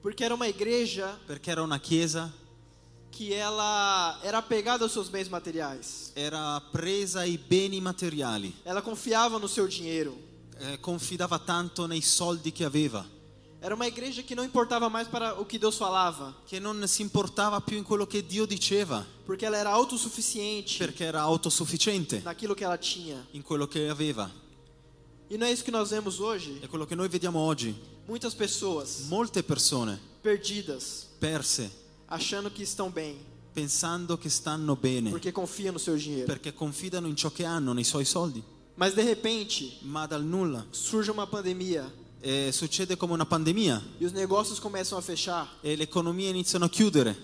[SPEAKER 1] Porque era uma igreja
[SPEAKER 2] Perché era una chiesa
[SPEAKER 1] que ela era apegada aos seus bens materiais.
[SPEAKER 2] era presa ai beni materiali,
[SPEAKER 1] Ela confiava no seu dinheiro.
[SPEAKER 2] eh, confidava tanto nei soldi che aveva.
[SPEAKER 1] Era uma igreja que não importava mais para o que Deus falava,
[SPEAKER 2] che non si importava più in quello che Dio diceva,
[SPEAKER 1] porque ela era autossuficiente
[SPEAKER 2] perché era autosufficiente
[SPEAKER 1] naquilo que ela tinha.
[SPEAKER 2] in quello che aveva.
[SPEAKER 1] E não é isso que nós vemos hoje?
[SPEAKER 2] È quello che noi vediamo oggi.
[SPEAKER 1] É Muitas pessoas
[SPEAKER 2] Molte persone
[SPEAKER 1] perdidas,
[SPEAKER 2] perse
[SPEAKER 1] achando que estão bem,
[SPEAKER 2] pensando che stanno bene
[SPEAKER 1] porque confiam no seu dinheiro.
[SPEAKER 2] perché confidano in ciò che hanno, nei suoi soldi,
[SPEAKER 1] Mas de repente,
[SPEAKER 2] ma dal nulla
[SPEAKER 1] surge uma pandemia
[SPEAKER 2] eh, succede come una pandemia
[SPEAKER 1] e os negócios começam a fechar
[SPEAKER 2] e le economie iniziano a chiudere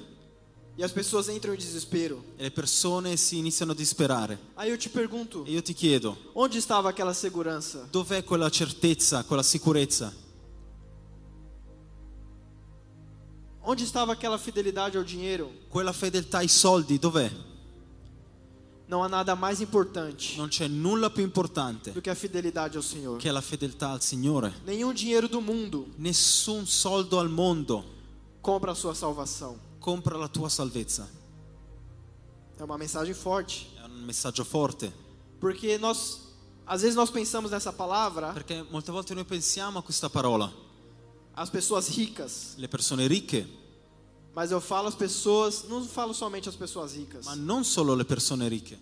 [SPEAKER 1] e as pessoas entram em desespero.
[SPEAKER 2] e le persone si iniziano a disperare.
[SPEAKER 1] Aí eu te pergunto,
[SPEAKER 2] E io ti chiedo,
[SPEAKER 1] onde estava aquela segurança?
[SPEAKER 2] dov'è quella certezza, quella sicurezza?
[SPEAKER 1] Onde estava aquela fidelidade ao dinheiro?
[SPEAKER 2] Quella fedeltà ai soldi, dov'è?
[SPEAKER 1] Não há nada mais importante
[SPEAKER 2] Non c'è nulla più importante
[SPEAKER 1] do que a fidelidade ao Senhor.
[SPEAKER 2] che la fedeltà al Signore.
[SPEAKER 1] Nenhum dinheiro do mundo
[SPEAKER 2] Nessun soldo al mondo
[SPEAKER 1] compra a sua salvação.
[SPEAKER 2] compra la tua salvezza.
[SPEAKER 1] É uma mensagem forte,
[SPEAKER 2] È un messaggio forte,
[SPEAKER 1] porque nós às vezes nós pensamos nessa palavra
[SPEAKER 2] perché molte volte noi pensiamo a questa parola,
[SPEAKER 1] as pessoas ricas,
[SPEAKER 2] le persone ricche,
[SPEAKER 1] mas eu falo as pessoas, não falo somente as pessoas ricas,
[SPEAKER 2] ma non solo le persone ricche,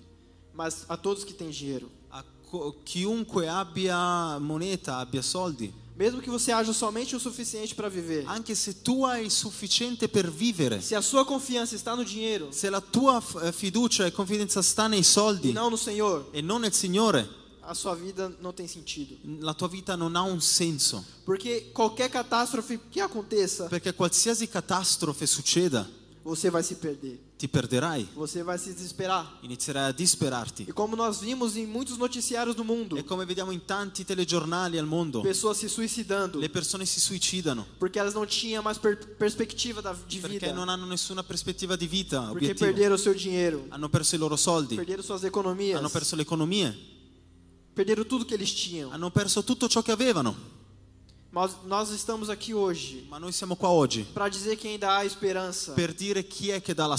[SPEAKER 1] mas a todos que têm dinheiro.
[SPEAKER 2] a co- chiunque abbia moneta, abbia soldi,
[SPEAKER 1] Mesmo que você haja somente o suficiente para viver,
[SPEAKER 2] anche se tu hai il sufficiente per vivere,
[SPEAKER 1] se a sua confianza está no dinheiro
[SPEAKER 2] se la tua f- eh, fiducia e confidenza sta nei
[SPEAKER 1] e
[SPEAKER 2] soldi
[SPEAKER 1] não no Senhor,
[SPEAKER 2] e non nel Signore,
[SPEAKER 1] a sua vida não tem sentido.
[SPEAKER 2] la tua vita non ha un senso,
[SPEAKER 1] Porque qualquer catástrofe que aconteça,
[SPEAKER 2] perché qualsiasi catastrofe succeda,
[SPEAKER 1] você vai se perder,
[SPEAKER 2] ti perderai,
[SPEAKER 1] você vai se desesperar.
[SPEAKER 2] inizierai a disperarti.
[SPEAKER 1] E como nós vimos em muitos noticiários do mundo,
[SPEAKER 2] E come vediamo in tanti telegiornali al mondo,
[SPEAKER 1] pessoas se suicidando
[SPEAKER 2] le persone si suicidano
[SPEAKER 1] porque elas não tinham mais per perspectiva da, de
[SPEAKER 2] perché
[SPEAKER 1] vida,
[SPEAKER 2] non hanno nessuna prospettiva di vita,
[SPEAKER 1] porque
[SPEAKER 2] obiettivo.
[SPEAKER 1] perderam o seu dinheiro,
[SPEAKER 2] Hanno perso i loro soldi,
[SPEAKER 1] perderam suas economias,
[SPEAKER 2] hanno perso le economie,
[SPEAKER 1] perderam tudo que eles tinham.
[SPEAKER 2] hanno perso tutto ciò che avevano.
[SPEAKER 1] Mas nós estamos aquì hoje
[SPEAKER 2] Ma noi siamo qua oggi
[SPEAKER 1] para dizer que ainda há esperança,
[SPEAKER 2] per dire chi è che dà
[SPEAKER 1] porque
[SPEAKER 2] la
[SPEAKER 1] a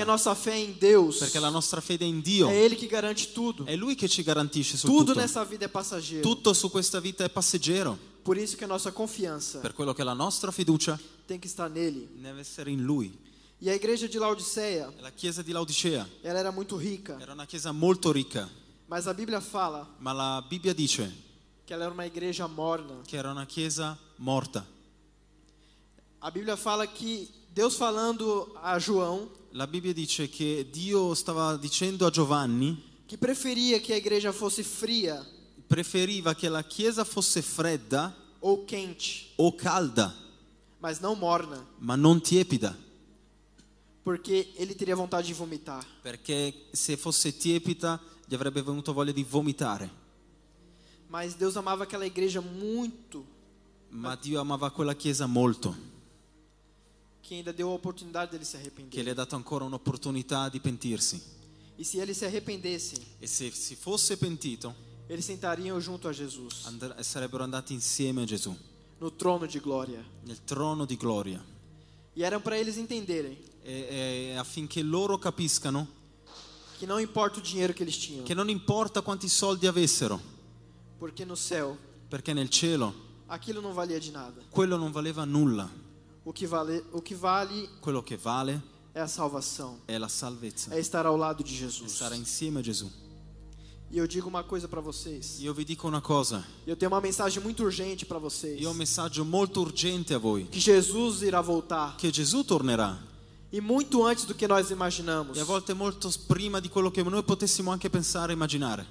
[SPEAKER 2] speranza,
[SPEAKER 1] nossa fé em Deus
[SPEAKER 2] perché la nostra fede è in
[SPEAKER 1] é
[SPEAKER 2] Dio.
[SPEAKER 1] Ele que garante tudo.
[SPEAKER 2] È lui che ci garantisce su
[SPEAKER 1] Tudo
[SPEAKER 2] tutto.
[SPEAKER 1] nessa vida é passageiro.
[SPEAKER 2] Tutto su questa vita è passeggero.
[SPEAKER 1] Por isso que a nossa confiança
[SPEAKER 2] Per quello che la nostra fiducia
[SPEAKER 1] tem que estar nele.
[SPEAKER 2] deve essere in lui.
[SPEAKER 1] E a igreja de Laodiceia,
[SPEAKER 2] La chiesa di Laodicea
[SPEAKER 1] ela era muito rica,
[SPEAKER 2] era una chiesa molto ricca,
[SPEAKER 1] mas a Bíblia fala
[SPEAKER 2] ma la Bibbia dice
[SPEAKER 1] que ela era uma igreja morna.
[SPEAKER 2] che era una chiesa morta.
[SPEAKER 1] A Bíblia fala que Deus falando a João
[SPEAKER 2] La Bibbia dice che Dio stava dicendo a Giovanni
[SPEAKER 1] que preferia que a igreja fosse fria
[SPEAKER 2] preferiva che la chiesa fosse fredda
[SPEAKER 1] ou quente,
[SPEAKER 2] o calda,
[SPEAKER 1] mas não morna,
[SPEAKER 2] ma non tiepida,
[SPEAKER 1] porque ele teria vontade de vomitar.
[SPEAKER 2] perché se fosse tiepida gli avrebbe venuto voglia di vomitare.
[SPEAKER 1] Mas Deus amava aquela igreja muito,
[SPEAKER 2] Ma Dio amava quella chiesa molto.
[SPEAKER 1] que ainda deu a oportunidade dele se
[SPEAKER 2] che
[SPEAKER 1] arrepender.
[SPEAKER 2] le ha dato ancora un'opportunità di pentirsi.
[SPEAKER 1] E se eles se arrependessem,
[SPEAKER 2] E se si fosse pentito,
[SPEAKER 1] eles sentariam junto a Jesus,
[SPEAKER 2] andr- sarebbero andati insieme a Gesù
[SPEAKER 1] no trono de glória.
[SPEAKER 2] nel trono di gloria.
[SPEAKER 1] E eram para eles entenderem
[SPEAKER 2] E- e affinché loro capiscano
[SPEAKER 1] que não importa o dinheiro que eles tinham,
[SPEAKER 2] che non importa quanti soldi avessero,
[SPEAKER 1] porque no céu
[SPEAKER 2] perché nel cielo
[SPEAKER 1] aquilo não valia de nada.
[SPEAKER 2] quello non valeva nulla.
[SPEAKER 1] O que vale, o que vale
[SPEAKER 2] Quello che vale
[SPEAKER 1] é a salvação,
[SPEAKER 2] è la salvezza,
[SPEAKER 1] é estar ao lado de
[SPEAKER 2] e
[SPEAKER 1] Jesus.
[SPEAKER 2] stare insieme a Gesù.
[SPEAKER 1] E eu digo uma coisa para vocês.
[SPEAKER 2] Io vi dico una cosa,
[SPEAKER 1] Eu tenho uma mensagem muito urgente para vocês.
[SPEAKER 2] io ho un messaggio molto urgente a voi,
[SPEAKER 1] Que Jesus irá voltar
[SPEAKER 2] che Gesù tornerà,
[SPEAKER 1] e muito antes do que nós imaginamos.
[SPEAKER 2] e a volte molto prima di quello che noi potessimo anche pensare e immaginare.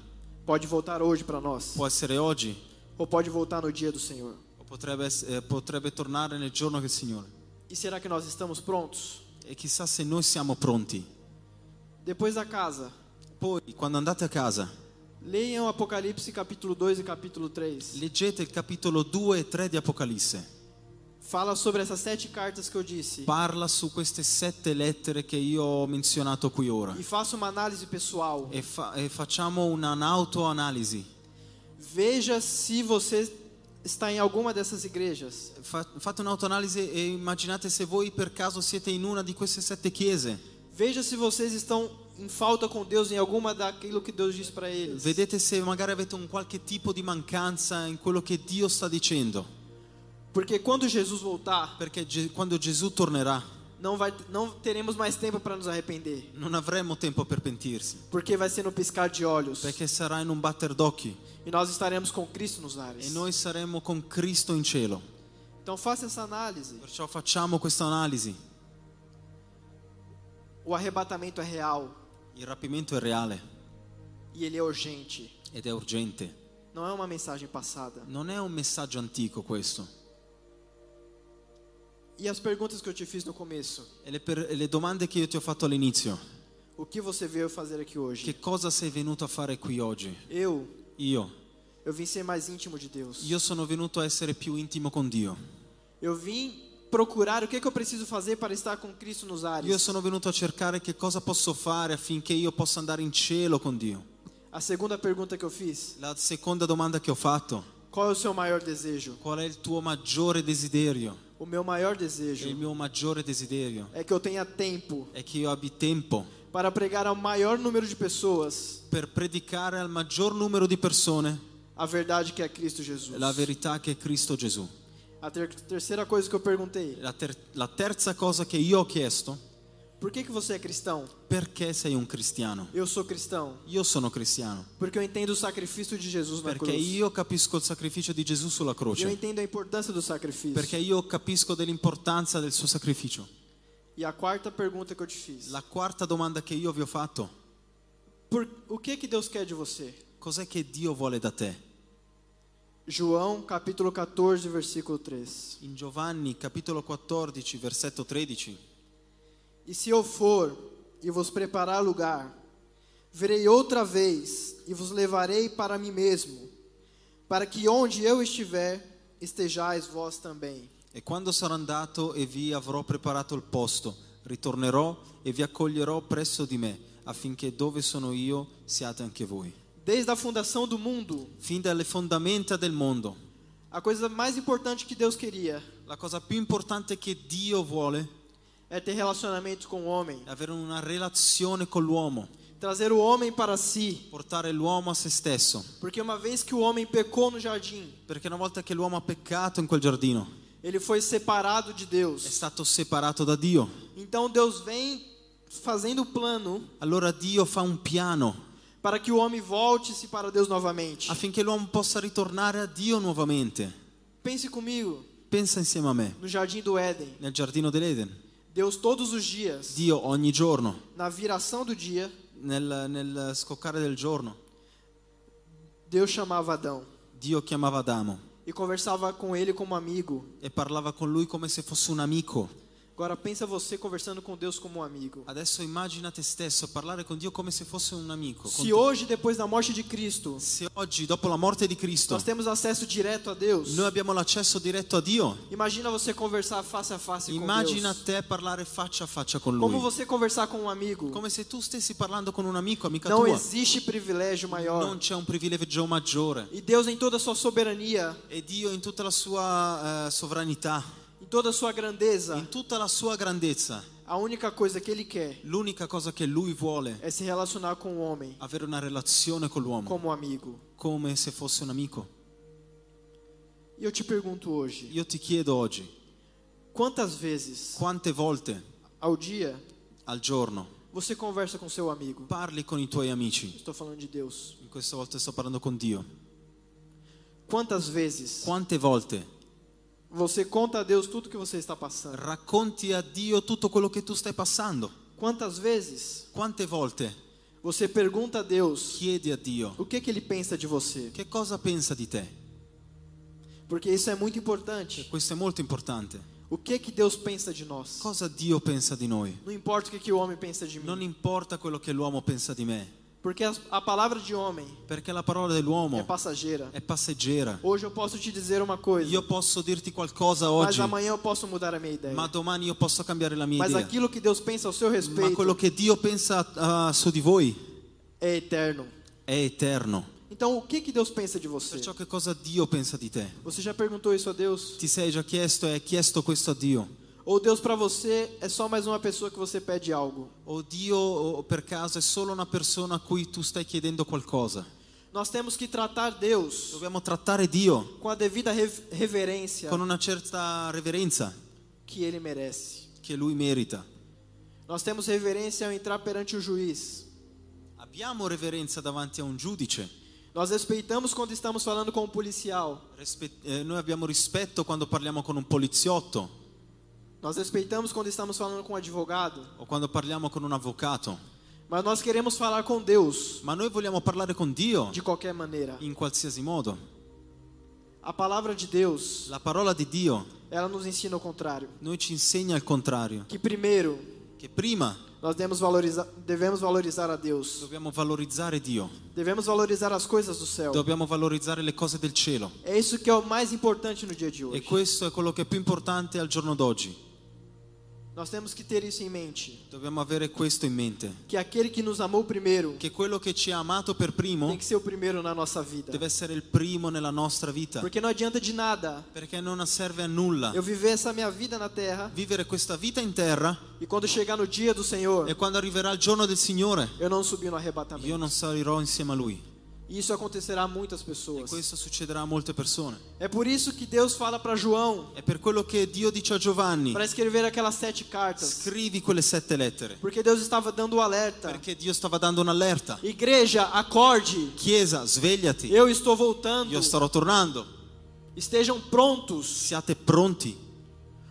[SPEAKER 1] Pode voltar hoje para nós
[SPEAKER 2] Può essere oggi,
[SPEAKER 1] ou pode voltar no dia do Senhor.
[SPEAKER 2] O Potrebbe, ess- eh, potrebbe tornare nel giorno del Signore.
[SPEAKER 1] E será que nós estamos prontos?
[SPEAKER 2] E chissà se noi siamo pronti.
[SPEAKER 1] Depois da casa,
[SPEAKER 2] Poi, quando andate a casa,
[SPEAKER 1] leiam Apocalipse capítulo 2 e capítulo 3.
[SPEAKER 2] leggete il capitolo 2 e 3 di Apocalisse.
[SPEAKER 1] Fala sobre essas sete cartas que eu disse.
[SPEAKER 2] Parla su queste sette lettere che io ho menzionato qui ora.
[SPEAKER 1] e faça uma análise pessoal.
[SPEAKER 2] E, fa- e facciamo un'autoanalisi.
[SPEAKER 1] Veja se você está em alguma dessas igrejas.
[SPEAKER 2] Fa- fate un'autoanalisi e immaginate se voi per caso siete in una di queste sette chiese.
[SPEAKER 1] Veja se vocês estão em falta com Deus em alguma daquilo que Deus diz para eles.
[SPEAKER 2] Vedete se magari avete un qualche tipo di mancanza in quello che Dio sta dicendo.
[SPEAKER 1] Porque quando Jesus voltar,
[SPEAKER 2] Perché Ge- quando Gesù tornerà
[SPEAKER 1] não, vai, não teremos mais tempo para nos arrepender.
[SPEAKER 2] non avremo tempo per pentirsi,
[SPEAKER 1] Porque vai ser no piscar de olhos.
[SPEAKER 2] perché sarà in un batter d'occhi
[SPEAKER 1] E nós estaremos com Cristo nos
[SPEAKER 2] e
[SPEAKER 1] ares.
[SPEAKER 2] noi saremo con Cristo in cielo.
[SPEAKER 1] Então faça essa análise.
[SPEAKER 2] Perciò facciamo questa analisi.
[SPEAKER 1] O arrebatamento é real
[SPEAKER 2] Il rapimento è reale
[SPEAKER 1] e ele é urgente.
[SPEAKER 2] ed è urgente.
[SPEAKER 1] Não é uma mensagem passada.
[SPEAKER 2] Non è un messaggio antico questo.
[SPEAKER 1] E as perguntas que eu te fiz no começo?
[SPEAKER 2] E le, per- e le domande che io ti ho fatto all'inizio.
[SPEAKER 1] O que você veio fazer aqui hoje?
[SPEAKER 2] Che cosa sei venuto a fare qui oggi?
[SPEAKER 1] Eu,
[SPEAKER 2] Io.
[SPEAKER 1] eu vim ser mais íntimo de Deus.
[SPEAKER 2] Io sono venuto a essere più intimo con Dio.
[SPEAKER 1] Eu vim procurar o que, é que eu preciso fazer para estar com Cristo nos
[SPEAKER 2] Io
[SPEAKER 1] ares.
[SPEAKER 2] sono venuto a cercare che cosa posso fare affinché io possa andare in cielo con Dio.
[SPEAKER 1] A segunda pergunta que eu fiz:
[SPEAKER 2] La seconda domanda che ho fatto,
[SPEAKER 1] qual é o seu maior desejo?
[SPEAKER 2] qual è il tuo maggiore desiderio?
[SPEAKER 1] O meu maior
[SPEAKER 2] E il
[SPEAKER 1] desejo
[SPEAKER 2] mio maggiore desiderio
[SPEAKER 1] é que eu tenha tempo
[SPEAKER 2] è che io abbi tempo
[SPEAKER 1] para pregar ao maior número de pessoas
[SPEAKER 2] per predicare al maggior numero di persone
[SPEAKER 1] a verdade que é Cristo Jesus.
[SPEAKER 2] la verità che è Cristo Gesù.
[SPEAKER 1] A ter- terceira coisa que eu perguntei:
[SPEAKER 2] La, ter- la terza cosa che io ho chiesto,
[SPEAKER 1] por que, que você é cristão?
[SPEAKER 2] perché sei un cristiano?
[SPEAKER 1] Eu sou cristão
[SPEAKER 2] Io sono cristiano
[SPEAKER 1] porque eu entendo o sacrifício de Jesus na
[SPEAKER 2] perché
[SPEAKER 1] cruz.
[SPEAKER 2] io capisco il sacrificio di Gesù sulla
[SPEAKER 1] Eu
[SPEAKER 2] croce,
[SPEAKER 1] entendo a importância do sacrifício.
[SPEAKER 2] perché io capisco dell'importanza del suo sacrificio.
[SPEAKER 1] E a quarta pergunta que eu te fiz:
[SPEAKER 2] La quarta domanda che io vi ho fatto,
[SPEAKER 1] por, o que, que Deus quer de você?
[SPEAKER 2] cos'è che Dio vuole da te?
[SPEAKER 1] João capítulo 14, versículo 3.
[SPEAKER 2] In Giovanni capitolo 14 versetto 13,
[SPEAKER 1] E se eu for e vos preparar lugar, verei outra vez e vos levarei para mim mesmo, para que onde eu estiver, estejais vós também.
[SPEAKER 2] e quando sarò andato e vi avrò preparato il posto, ritornerò e vi accoglierò presso di me, affinché dove sono io siate anche voi.
[SPEAKER 1] Desde a fundação do mundo,
[SPEAKER 2] Fin dalle fondamenta del mondo,
[SPEAKER 1] a coisa mais importante que Deus queria
[SPEAKER 2] la cosa più importante che Dio vuole
[SPEAKER 1] é ter relacionamento com o homem,
[SPEAKER 2] è avere una relazione con l'uomo,
[SPEAKER 1] trazer o homem para si,
[SPEAKER 2] portare l'uomo a se stesso,
[SPEAKER 1] porque uma vez que o homem pecou no jardim,
[SPEAKER 2] perché una volta che l'uomo ha peccato in quel giardino,
[SPEAKER 1] ele foi separado de
[SPEAKER 2] è
[SPEAKER 1] Deus.
[SPEAKER 2] stato separato da Dio.
[SPEAKER 1] Então Deus vem fazendo o plano
[SPEAKER 2] Allora Dio fa un piano
[SPEAKER 1] para que o homem volte-se para Deus novamente.
[SPEAKER 2] affinché l'uomo possa ritornare a Dio nuovamente.
[SPEAKER 1] Pense comigo,
[SPEAKER 2] Pensa insieme a me,
[SPEAKER 1] no jardim do Éden,
[SPEAKER 2] nel giardino dell'Eden,
[SPEAKER 1] Deus todos os dias,
[SPEAKER 2] Dio ogni giorno,
[SPEAKER 1] na viração do dia,
[SPEAKER 2] nel, nel scoccare del giorno,
[SPEAKER 1] Deus chamava Adão
[SPEAKER 2] Dio chiamava Adamo
[SPEAKER 1] e conversava com ele como amigo.
[SPEAKER 2] e parlava con lui come se fosse un amico.
[SPEAKER 1] Agora pensa você conversando com Deus como um amigo.
[SPEAKER 2] Adesso immagina te stesso parlare con Dio come se fosse un amico. con
[SPEAKER 1] Se hoje, depois da morte de Cristo,
[SPEAKER 2] te. Se oggi, dopo la morte di Cristo,
[SPEAKER 1] nós temos acesso direto a Deus,
[SPEAKER 2] noi abbiamo l'accesso diretto a Dio,
[SPEAKER 1] imagina você conversar face a face com
[SPEAKER 2] immagina
[SPEAKER 1] Deus.
[SPEAKER 2] te parlare faccia a faccia con
[SPEAKER 1] Como
[SPEAKER 2] lui.
[SPEAKER 1] você conversar com um amigo.
[SPEAKER 2] Come se tu stessi parlando con un amico, amica
[SPEAKER 1] Não
[SPEAKER 2] tua.
[SPEAKER 1] existe privilégio
[SPEAKER 2] Non
[SPEAKER 1] maior.
[SPEAKER 2] c'è un privilegio maggiore.
[SPEAKER 1] E Deus, em toda a sua soberania,
[SPEAKER 2] E Dio in tutta la sua eh, sovranità,
[SPEAKER 1] em toda a sua grandeza,
[SPEAKER 2] in tutta la sua grandezza,
[SPEAKER 1] a única coisa que Ele quer
[SPEAKER 2] l'unica cosa che Lui vuole è
[SPEAKER 1] é se relacionar com o homem
[SPEAKER 2] avere una relazione con l'uomo,
[SPEAKER 1] como amigo.
[SPEAKER 2] come se fosse un amico.
[SPEAKER 1] E eu te pergunto hoje,
[SPEAKER 2] Io ti chiedo oggi,
[SPEAKER 1] quantas vezes
[SPEAKER 2] quante volte
[SPEAKER 1] ao dia
[SPEAKER 2] al giorno
[SPEAKER 1] você conversa com seu amigo?
[SPEAKER 2] parli con i tuoi amici?
[SPEAKER 1] Estou falando de Deus.
[SPEAKER 2] In questa volta sto parlando con Dio.
[SPEAKER 1] Quantas vezes
[SPEAKER 2] Quante volte
[SPEAKER 1] você conta a Deus tudo que você está passando?
[SPEAKER 2] racconti a Dio tutto quello che tu stai passando?
[SPEAKER 1] Quantas vezes
[SPEAKER 2] Quante volte
[SPEAKER 1] você pergunta a Deus
[SPEAKER 2] chiedi a Dio
[SPEAKER 1] o que que ele pensa de você?
[SPEAKER 2] che cosa pensa di te?
[SPEAKER 1] Porque isso é muito importante.
[SPEAKER 2] Questo è molto importante.
[SPEAKER 1] O que que Deus pensa de nós?
[SPEAKER 2] Cosa Dio pensa di noi?
[SPEAKER 1] Não importa o que que o homem pensa de
[SPEAKER 2] Non
[SPEAKER 1] mim,
[SPEAKER 2] importa quello che l'uomo pensa di me,
[SPEAKER 1] porque as- a palavra de homem
[SPEAKER 2] perché la parola
[SPEAKER 1] é
[SPEAKER 2] dell'uomo
[SPEAKER 1] passageira.
[SPEAKER 2] è passeggera.
[SPEAKER 1] Hoje eu posso te dizer uma coisa,
[SPEAKER 2] Io posso dirti qualcosa
[SPEAKER 1] mas
[SPEAKER 2] oggi,
[SPEAKER 1] amanhã eu posso mudar a minha ideia.
[SPEAKER 2] ma domani io posso cambiare la mia
[SPEAKER 1] Mas
[SPEAKER 2] idea.
[SPEAKER 1] aquilo que Deus pensa ao seu
[SPEAKER 2] Ma
[SPEAKER 1] respeito
[SPEAKER 2] quello che Dio pensa ah, su di voi
[SPEAKER 1] é eterno.
[SPEAKER 2] è eterno.
[SPEAKER 1] Então, o que, que Deus pensa de você?
[SPEAKER 2] Perciò che cosa Dio pensa di te?
[SPEAKER 1] Você já perguntou isso a Deus?
[SPEAKER 2] Ti sei già chiesto e hai chiesto questo a Dio?
[SPEAKER 1] Ou Deus para você é só mais uma pessoa que você pede algo?
[SPEAKER 2] O Dio o per caso è solo una persona a cui tu stai chiedendo qualcosa?
[SPEAKER 1] Nós temos que tratar Deus
[SPEAKER 2] Dobbiamo trattare Dio
[SPEAKER 1] com a devida rev- reverência
[SPEAKER 2] con una certa reverenza
[SPEAKER 1] que ele merece.
[SPEAKER 2] che lui merita.
[SPEAKER 1] Nós temos reverência ao entrar perante o juiz.
[SPEAKER 2] Abbiamo reverenza davanti a un giudice.
[SPEAKER 1] Nós respeitamos quando estamos falando com o policial.
[SPEAKER 2] Rispe- eh, noi abbiamo rispetto quando parliamo con un poliziotto
[SPEAKER 1] Nós respeitamos quando estamos falando com o advogado.
[SPEAKER 2] o quando parliamo con un avvocato,
[SPEAKER 1] Mas nós queremos falar com Deus
[SPEAKER 2] ma noi vogliamo parlare con Dio
[SPEAKER 1] de qualquer maneira.
[SPEAKER 2] in qualsiasi modo.
[SPEAKER 1] A palavra de Deus,
[SPEAKER 2] La parola di Dio
[SPEAKER 1] ela nos ensina o contrário.
[SPEAKER 2] noi ci insegna il contrario,
[SPEAKER 1] Que primeiro,
[SPEAKER 2] che prima
[SPEAKER 1] nós devemos valorizar, devemos valorizar a Deus.
[SPEAKER 2] dobbiamo valorizzare Dio,
[SPEAKER 1] Devemos valorizar as coisas do céu.
[SPEAKER 2] dobbiamo valorizzare le cose del cielo.
[SPEAKER 1] É isso que é o mais importante no dia de
[SPEAKER 2] E
[SPEAKER 1] hoje.
[SPEAKER 2] questo è quello che è più importante al giorno d'oggi.
[SPEAKER 1] Nós temos que ter isso em mente.
[SPEAKER 2] Dobbiamo avere questo in mente,
[SPEAKER 1] Que aquele que nos amou primeiro
[SPEAKER 2] che quello che ci ha amato per primo
[SPEAKER 1] tem que ser o primeiro na nossa vida.
[SPEAKER 2] deve essere il primo nella nostra vita,
[SPEAKER 1] Porque não adianta de nada
[SPEAKER 2] perché non serve a nulla
[SPEAKER 1] eu viver essa minha vida na terra
[SPEAKER 2] vivere questa vita in terra
[SPEAKER 1] e quando chegar no dia do Senhor,
[SPEAKER 2] e quando arriverà il giorno del Signore
[SPEAKER 1] eu não subir no arrebatamento.
[SPEAKER 2] io non salirò insieme a Lui.
[SPEAKER 1] E Isso acontecerá a muitas
[SPEAKER 2] E
[SPEAKER 1] pessoas.
[SPEAKER 2] questo succederà a molte persone.
[SPEAKER 1] É por isso que Deus fala para João
[SPEAKER 2] È per quello che Dio dice a Giovanni,
[SPEAKER 1] para escrever aquelas sete cartas.
[SPEAKER 2] scrivi quelle sette lettere,
[SPEAKER 1] Porque Deus estava dando o alerta.
[SPEAKER 2] perché Dio stava dando un'allerta.
[SPEAKER 1] Igreja, acorde.
[SPEAKER 2] Chiesa, svegliati,
[SPEAKER 1] Eu estou voltando.
[SPEAKER 2] io starò tornando,
[SPEAKER 1] Estejam prontos.
[SPEAKER 2] siate pronti.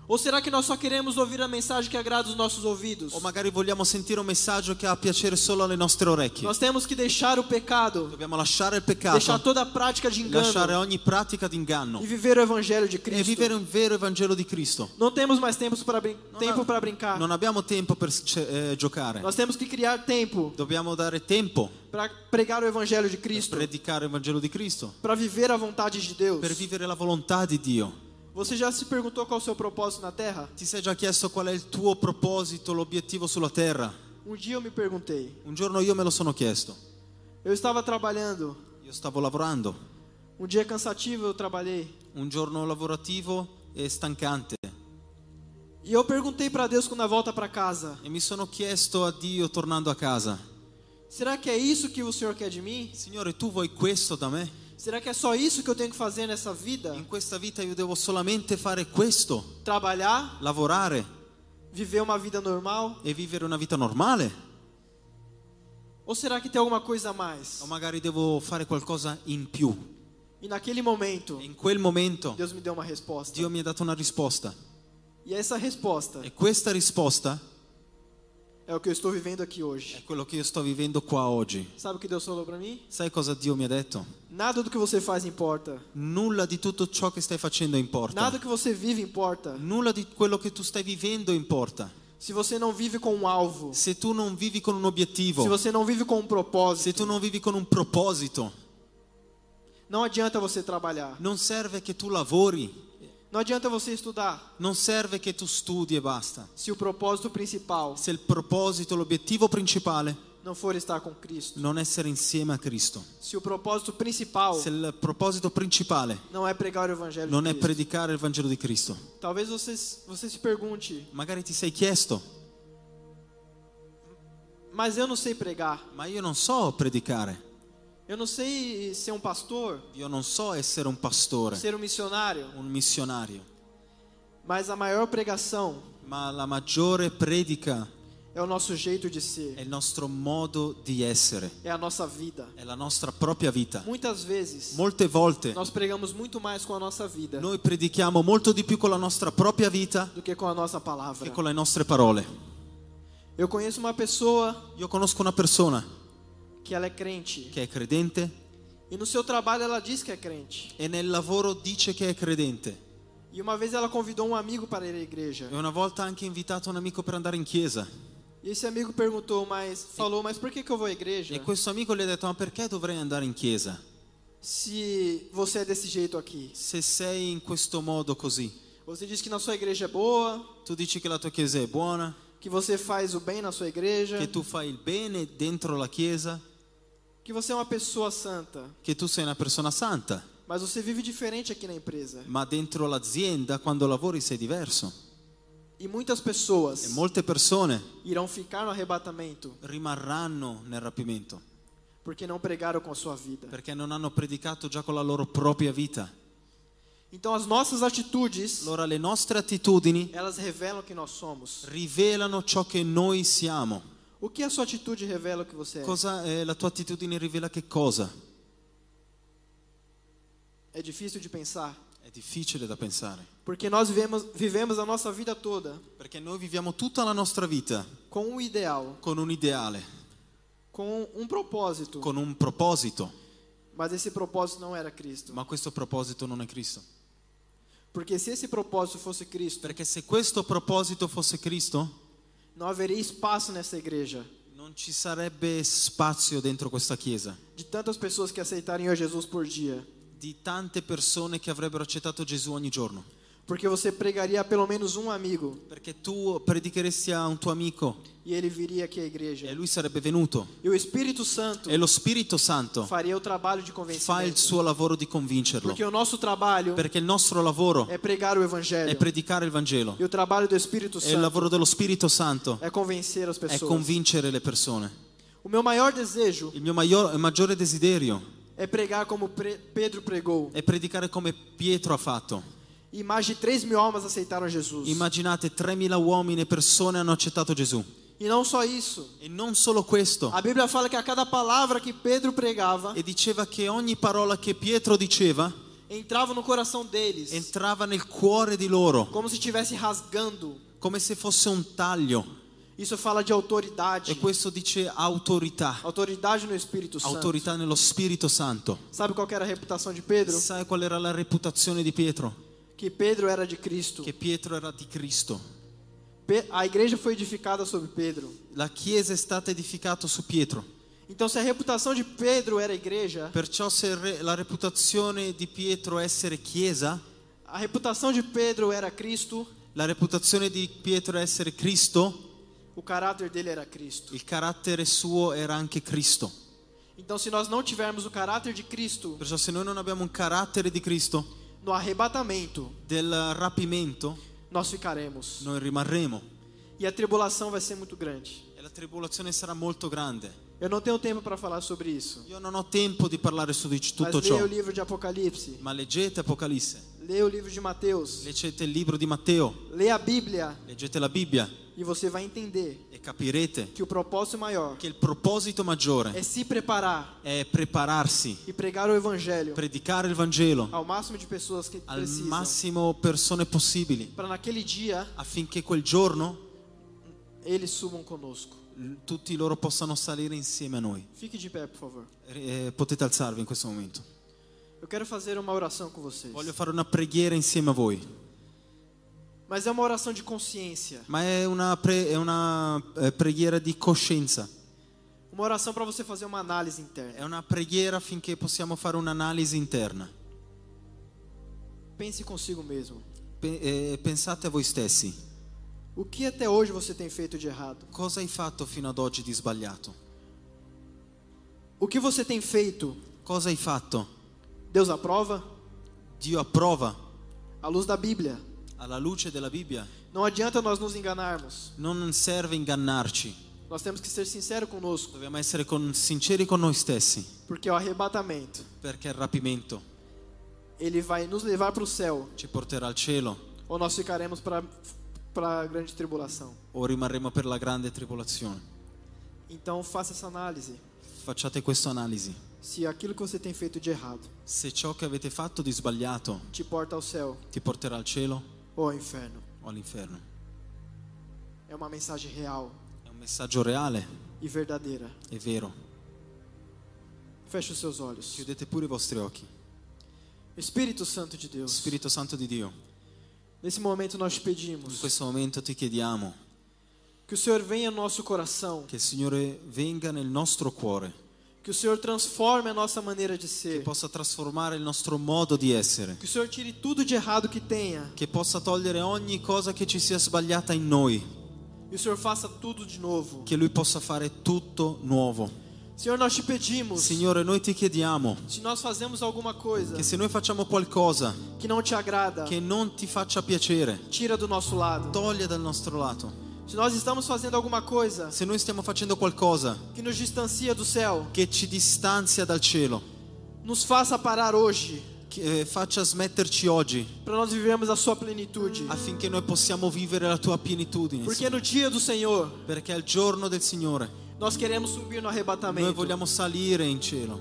[SPEAKER 1] Ou será que nós só queremos ouvir a mensagem que agrada os nossos ouvidos?
[SPEAKER 2] O magari vogliamo sentire un messaggio che ha piacere solo alle nostre orecchie.
[SPEAKER 1] Nós temos que deixar o pecado,
[SPEAKER 2] Dobbiamo lasciare il
[SPEAKER 1] deixar
[SPEAKER 2] peccato,
[SPEAKER 1] toda a prática de
[SPEAKER 2] lasciare
[SPEAKER 1] engano
[SPEAKER 2] ogni pratica d'inganno
[SPEAKER 1] e viver o evangelho de
[SPEAKER 2] e
[SPEAKER 1] Cristo.
[SPEAKER 2] vivere un vero Evangelo di Cristo.
[SPEAKER 1] Não temos mais tempos para brin- tempo para brincar.
[SPEAKER 2] Non abbiamo tempo per eh, giocare,
[SPEAKER 1] Nós temos que criar tempo
[SPEAKER 2] dobbiamo dare tempo
[SPEAKER 1] para pregar o evangelho de
[SPEAKER 2] per
[SPEAKER 1] Cristo,
[SPEAKER 2] predicare il Vangelo di Cristo,
[SPEAKER 1] para viver a vontade de Deus.
[SPEAKER 2] per vivere la volontà di Dio.
[SPEAKER 1] Você já se perguntou qual é o seu propósito na terra?
[SPEAKER 2] Ti sei già chiesto qual è il tuo proposito, l'obiettivo sulla terra?
[SPEAKER 1] Um dia eu me perguntei.
[SPEAKER 2] Un giorno io me lo sono chiesto.
[SPEAKER 1] Eu estava trabalhando.
[SPEAKER 2] Io stavo lavorando,
[SPEAKER 1] Um dia cansativo eu trabalhei.
[SPEAKER 2] un giorno lavorativo e stancante,
[SPEAKER 1] E eu perguntei para Deus quando na volta para casa:
[SPEAKER 2] e mi sono chiesto a Dio tornando a casa,
[SPEAKER 1] Será que é isso que o Senhor quer de mim?
[SPEAKER 2] Signore, tu vuoi questo da me?
[SPEAKER 1] Será que é só isso que eu tenho que fazer nessa vida?
[SPEAKER 2] In questa vita io devo solamente fare questo,
[SPEAKER 1] Trabalhar,
[SPEAKER 2] lavorare
[SPEAKER 1] viver uma vida normal?
[SPEAKER 2] e vivere una vita normale?
[SPEAKER 1] Ou será que tem alguma coisa a mais?
[SPEAKER 2] O magari devo fare qualcosa in più?
[SPEAKER 1] E naquele momento,
[SPEAKER 2] E in quel momento
[SPEAKER 1] Deus me deu uma resposta.
[SPEAKER 2] Dio mi ha dato una risposta
[SPEAKER 1] E essa resposta
[SPEAKER 2] e questa risposta
[SPEAKER 1] é o que eu estou vivendo aqui
[SPEAKER 2] è
[SPEAKER 1] hoje.
[SPEAKER 2] quello che io sto vivendo qua oggi.
[SPEAKER 1] Sabe o que Deus falou para mim?
[SPEAKER 2] Sai cosa Dio mi ha detto?
[SPEAKER 1] Nada do que você faz importa.
[SPEAKER 2] Nulla di tutto ciò che stai facendo importa.
[SPEAKER 1] Nada que você vive importa.
[SPEAKER 2] Nulla di quello che tu stai vivendo importa.
[SPEAKER 1] Se você não vive com um alvo,
[SPEAKER 2] Se tu non vivi con un
[SPEAKER 1] se
[SPEAKER 2] obiettivo,
[SPEAKER 1] você não vive com um
[SPEAKER 2] se
[SPEAKER 1] propósito,
[SPEAKER 2] tu non vivi con un proposito,
[SPEAKER 1] não adianta você trabalhar.
[SPEAKER 2] non serve che tu lavori,
[SPEAKER 1] Não adianta você estudar
[SPEAKER 2] Non serve che tu studi e basta.
[SPEAKER 1] se o propósito principal
[SPEAKER 2] Se il proposito, l'obiettivo principale
[SPEAKER 1] não for estar com Cristo.
[SPEAKER 2] non essere insieme a Cristo,
[SPEAKER 1] Se o propósito principal
[SPEAKER 2] se il proposito principale
[SPEAKER 1] não é pregar o evangelho
[SPEAKER 2] non
[SPEAKER 1] de
[SPEAKER 2] è
[SPEAKER 1] Cristo.
[SPEAKER 2] predicare il Vangelo di Cristo,
[SPEAKER 1] Talvez você, você se pergunte,
[SPEAKER 2] magari ti sei chiesto,
[SPEAKER 1] mas eu não sei pregar.
[SPEAKER 2] ma io non so predicare,
[SPEAKER 1] Eu não sei ser um pastor,
[SPEAKER 2] io non so essere un pastore,
[SPEAKER 1] ser um missionário.
[SPEAKER 2] un missionario,
[SPEAKER 1] Mas a maior pregação
[SPEAKER 2] ma la maggiore predica
[SPEAKER 1] é o nosso jeito de
[SPEAKER 2] è
[SPEAKER 1] ser,
[SPEAKER 2] il nostro modo di essere,
[SPEAKER 1] é a nossa vida.
[SPEAKER 2] è la nostra propria vita.
[SPEAKER 1] Muitas vezes
[SPEAKER 2] Molte volte
[SPEAKER 1] nós pregamos muito mais com a nossa vida
[SPEAKER 2] noi predichiamo molto di più con la nostra propria vita
[SPEAKER 1] do que com a nossa
[SPEAKER 2] che
[SPEAKER 1] palavra.
[SPEAKER 2] con le nostre parole.
[SPEAKER 1] Eu conheço uma pessoa
[SPEAKER 2] Io conosco una persona
[SPEAKER 1] que ela é crente
[SPEAKER 2] che è credente
[SPEAKER 1] e no seu trabalho ela diz que é crente.
[SPEAKER 2] e nel lavoro dice che è credente.
[SPEAKER 1] E uma vez ela convidou um amigo para ir à igreja.
[SPEAKER 2] E una volta ha anche invitato un amico per andare in chiesa.
[SPEAKER 1] E esse amigo perguntou, mas falou, mas por que que eu vou à igreja
[SPEAKER 2] E questo amico gli ha detto: Ma perché dovrei andare in chiesa?
[SPEAKER 1] se você é desse jeito aqui?
[SPEAKER 2] Se sei in questo modo così,
[SPEAKER 1] Você diz que na sua igreja é boa,
[SPEAKER 2] tu dici che la tua chiesa è buona,
[SPEAKER 1] que você faz o bem na sua igreja,
[SPEAKER 2] che tu fai il bene dentro la chiesa,
[SPEAKER 1] que você é uma pessoa santa,
[SPEAKER 2] che tu sei una persona santa,
[SPEAKER 1] mas você vive diferente aqui na empresa.
[SPEAKER 2] ma dentro l'azienda quando lavori sei diverso.
[SPEAKER 1] E muitas pessoas
[SPEAKER 2] E molte persone
[SPEAKER 1] irão ficar no arrebatamento
[SPEAKER 2] rimarranno nel rapimento
[SPEAKER 1] porque não pregaram com a sua vida.
[SPEAKER 2] perché non hanno predicato già con la loro propria vita.
[SPEAKER 1] Então as nossas atitudes,
[SPEAKER 2] Allora le nostre attitudini
[SPEAKER 1] elas revelam quem nós somos.
[SPEAKER 2] rivelano ciò che noi siamo.
[SPEAKER 1] O que a sua atitude revela que você é?
[SPEAKER 2] Cosa, eh, la tua attitudine rivela che cosa?
[SPEAKER 1] É difícil de pensar,
[SPEAKER 2] È difficile da pensare.
[SPEAKER 1] porque nós vivemos, vivemos a nossa vida toda
[SPEAKER 2] Perché noi viviamo tutta la nostra vita
[SPEAKER 1] com um ideal,
[SPEAKER 2] con un ideale,
[SPEAKER 1] com um propósito,
[SPEAKER 2] con un proposito,
[SPEAKER 1] mas esse propósito não era Cristo.
[SPEAKER 2] ma questo proposito non è Cristo.
[SPEAKER 1] Porque se esse propósito fosse Cristo,
[SPEAKER 2] Perché se questo proposito fosse Cristo,
[SPEAKER 1] não haveria espaço nessa igreja
[SPEAKER 2] non ci sarebbe spazio dentro questa chiesa
[SPEAKER 1] de tantas pessoas que aceitarem a Jesus por dia,
[SPEAKER 2] di tante persone che avrebbero accettato Gesù ogni giorno.
[SPEAKER 1] porque você pregaria a pelo menos um amigo
[SPEAKER 2] Perché tu predicheresti a un tuo amico
[SPEAKER 1] e ele viria aqui à igreja.
[SPEAKER 2] e lui sarebbe venuto
[SPEAKER 1] E o Espírito Santo
[SPEAKER 2] e lo Spirito Santo
[SPEAKER 1] faria o trabalho de
[SPEAKER 2] fa il
[SPEAKER 1] convencimento.
[SPEAKER 2] suo lavoro di convincerlo.
[SPEAKER 1] Porque o nosso trabalho
[SPEAKER 2] Perché il nostro lavoro
[SPEAKER 1] é pregar o
[SPEAKER 2] è
[SPEAKER 1] evangelho.
[SPEAKER 2] predicare il Vangelo
[SPEAKER 1] E o trabalho do Espírito
[SPEAKER 2] e il
[SPEAKER 1] Santo
[SPEAKER 2] lavoro dello Spirito Santo
[SPEAKER 1] é convencer as
[SPEAKER 2] è
[SPEAKER 1] pessoas.
[SPEAKER 2] convincere le persone.
[SPEAKER 1] O meu maior desejo
[SPEAKER 2] Il mio maior- maggiore desiderio
[SPEAKER 1] é pregar como pre Pedro pregou.
[SPEAKER 2] è predicare come Pietro ha fatto.
[SPEAKER 1] E mais de 3 mil almas aceitaram Jesus.
[SPEAKER 2] Immaginate 3.000 uomini e persone hanno accettato Gesù.
[SPEAKER 1] E não só isso.
[SPEAKER 2] E non solo questo.
[SPEAKER 1] A Bíblia fala que a cada palavra que Pedro pregava,
[SPEAKER 2] E diceva che ogni parola che Pietro diceva
[SPEAKER 1] entrava no coração deles,
[SPEAKER 2] entrava nel cuore di loro,
[SPEAKER 1] como se estivesse rasgando.
[SPEAKER 2] come se fosse un taglio.
[SPEAKER 1] Isso fala de autoridade.
[SPEAKER 2] E questo dice autorità,
[SPEAKER 1] Autoridade no Espírito Santo.
[SPEAKER 2] autorità nello Spirito Santo.
[SPEAKER 1] Sabe qual que era a reputação de Pedro?
[SPEAKER 2] Sai qual era la reputazione di Pietro?
[SPEAKER 1] Que Pedro era de Cristo.
[SPEAKER 2] Che Pietro era di Cristo.
[SPEAKER 1] Pe- A igreja foi edificada sobre Pedro.
[SPEAKER 2] La chiesa è stata edificata su Pietro.
[SPEAKER 1] Então, se a reputação de Pedro era a igreja,
[SPEAKER 2] Perciò se re- la reputazione di Pietro è essere chiesa,
[SPEAKER 1] a reputação de Pedro era Cristo,
[SPEAKER 2] la reputazione di Pietro è essere Cristo,
[SPEAKER 1] o caráter dele era Cristo.
[SPEAKER 2] il carattere suo era anche Cristo.
[SPEAKER 1] Então, se nós não tivermos o caráter de Cristo
[SPEAKER 2] Perciò se noi non abbiamo un carattere di Cristo,
[SPEAKER 1] no arrebatamento,
[SPEAKER 2] del rapimento,
[SPEAKER 1] nós ficaremos.
[SPEAKER 2] noi rimarremo.
[SPEAKER 1] E a tribulação vai ser muito grande.
[SPEAKER 2] E la tribolazione sarà molto grande.
[SPEAKER 1] Eu não tenho tempo para falar sobre isso.
[SPEAKER 2] Io non ho tempo di parlare su di
[SPEAKER 1] Mas
[SPEAKER 2] tutto
[SPEAKER 1] leia
[SPEAKER 2] ciò,
[SPEAKER 1] o livro de Apocalipse,
[SPEAKER 2] ma leggete Apocalisse,
[SPEAKER 1] leia o livro de Mateus,
[SPEAKER 2] leggete il libro di Matteo,
[SPEAKER 1] leia a Bíblia
[SPEAKER 2] leggete la Bibbia
[SPEAKER 1] e você vai entender
[SPEAKER 2] e capirete
[SPEAKER 1] que o propósito maior
[SPEAKER 2] che il proposito maggiore
[SPEAKER 1] é se preparar
[SPEAKER 2] è prepararsi,
[SPEAKER 1] e pregar o evangelho
[SPEAKER 2] predicare il Vangelo
[SPEAKER 1] ao máximo de pessoas que
[SPEAKER 2] al
[SPEAKER 1] precisam.
[SPEAKER 2] massimo persone possibili,
[SPEAKER 1] Para naquele dia
[SPEAKER 2] affinché quel giorno
[SPEAKER 1] eles subam conosco.
[SPEAKER 2] l- tutti loro possano salire insieme a noi.
[SPEAKER 1] Fique de pé, por favor.
[SPEAKER 2] Eh, potete alzarvi in questo momento.
[SPEAKER 1] Eu quero fazer uma oração com vocês.
[SPEAKER 2] Voglio fare una preghiera insieme a voi.
[SPEAKER 1] Mas é uma oração de consciência.
[SPEAKER 2] Ma è una, pre- è una, eh, preghiera di coscienza,
[SPEAKER 1] Uma oração para você fazer uma análise
[SPEAKER 2] è
[SPEAKER 1] interna.
[SPEAKER 2] una preghiera affinché possiamo fare un'analisi interna.
[SPEAKER 1] Pense consigo mesmo.
[SPEAKER 2] Pe- eh, pensate a voi stessi,
[SPEAKER 1] O que até hoje você tem feito de errado?
[SPEAKER 2] cosa hai fatto fino ad oggi di sbagliato?
[SPEAKER 1] O que você tem feito?
[SPEAKER 2] Cosa hai fatto?
[SPEAKER 1] Deus aprova?
[SPEAKER 2] Dio approva
[SPEAKER 1] À luz da Bíblia.
[SPEAKER 2] alla luce della Bibbia?
[SPEAKER 1] Não adianta nós nos enganarmos.
[SPEAKER 2] Non serve ingannarci,
[SPEAKER 1] Nós temos que ser sinceros conosco,
[SPEAKER 2] dobbiamo essere con- sinceri con noi stessi,
[SPEAKER 1] porque o arrebatamento,
[SPEAKER 2] perché il rapimento
[SPEAKER 1] ele vai nos levar para o céu,
[SPEAKER 2] ci porterà al cielo
[SPEAKER 1] ou nós ficaremos para para a grande tribulação.
[SPEAKER 2] o rimarremo per la grande tribolazione.
[SPEAKER 1] Então faça essa análise.
[SPEAKER 2] Facciate questa analisi,
[SPEAKER 1] Se aquilo que você tem feito de errado
[SPEAKER 2] se ciò che avete fatto di sbagliato
[SPEAKER 1] te porta ao céu
[SPEAKER 2] ti porterà al cielo,
[SPEAKER 1] ou ao inferno,
[SPEAKER 2] o all'inferno.
[SPEAKER 1] é uma mensagem real
[SPEAKER 2] È un messaggio reale,
[SPEAKER 1] e verdadeira.
[SPEAKER 2] è vero.
[SPEAKER 1] Feche os seus olhos.
[SPEAKER 2] Chiudete pure i vostri occhi.
[SPEAKER 1] Espírito Santo de Deus,
[SPEAKER 2] Spirito Santo di Dio,
[SPEAKER 1] nesse momento nós te
[SPEAKER 2] in
[SPEAKER 1] pedimos
[SPEAKER 2] questo momento ti chiediamo
[SPEAKER 1] que o Senhor venha ao nosso coração,
[SPEAKER 2] che il Signore venga nel nostro cuore,
[SPEAKER 1] que o Senhor transforme a nossa maneira de
[SPEAKER 2] che
[SPEAKER 1] ser,
[SPEAKER 2] possa trasformare il nostro modo di essere,
[SPEAKER 1] que o Senhor tire tudo de errado que tenha
[SPEAKER 2] che possa togliere ogni cosa che ci sia sbagliata in noi,
[SPEAKER 1] e o Senhor faça tudo de novo.
[SPEAKER 2] che Lui possa fare tutto nuovo.
[SPEAKER 1] Senhor, nós te pedimos,
[SPEAKER 2] Signore, noi ti chiediamo
[SPEAKER 1] se nós fazemos alguma coisa
[SPEAKER 2] che se noi facciamo qualcosa
[SPEAKER 1] que não te agrada,
[SPEAKER 2] che non ti faccia piacere,
[SPEAKER 1] tira do nosso lado.
[SPEAKER 2] toglie dal nostro lato.
[SPEAKER 1] Se nós estamos fazendo alguma coisa
[SPEAKER 2] Se noi stiamo facendo qualcosa
[SPEAKER 1] que nos distancia do céu,
[SPEAKER 2] che ci distanzia dal cielo,
[SPEAKER 1] nos faça parar hoje
[SPEAKER 2] che eh, faccia smetterci oggi
[SPEAKER 1] para nós vivermos a sua plenitude.
[SPEAKER 2] affinché noi possiamo vivere la tua pienitudine.
[SPEAKER 1] Porque no dia do Senhor,
[SPEAKER 2] Perché al giorno del Signore
[SPEAKER 1] nós queremos subir no
[SPEAKER 2] noi
[SPEAKER 1] arrebatamento.
[SPEAKER 2] vogliamo salire in cielo.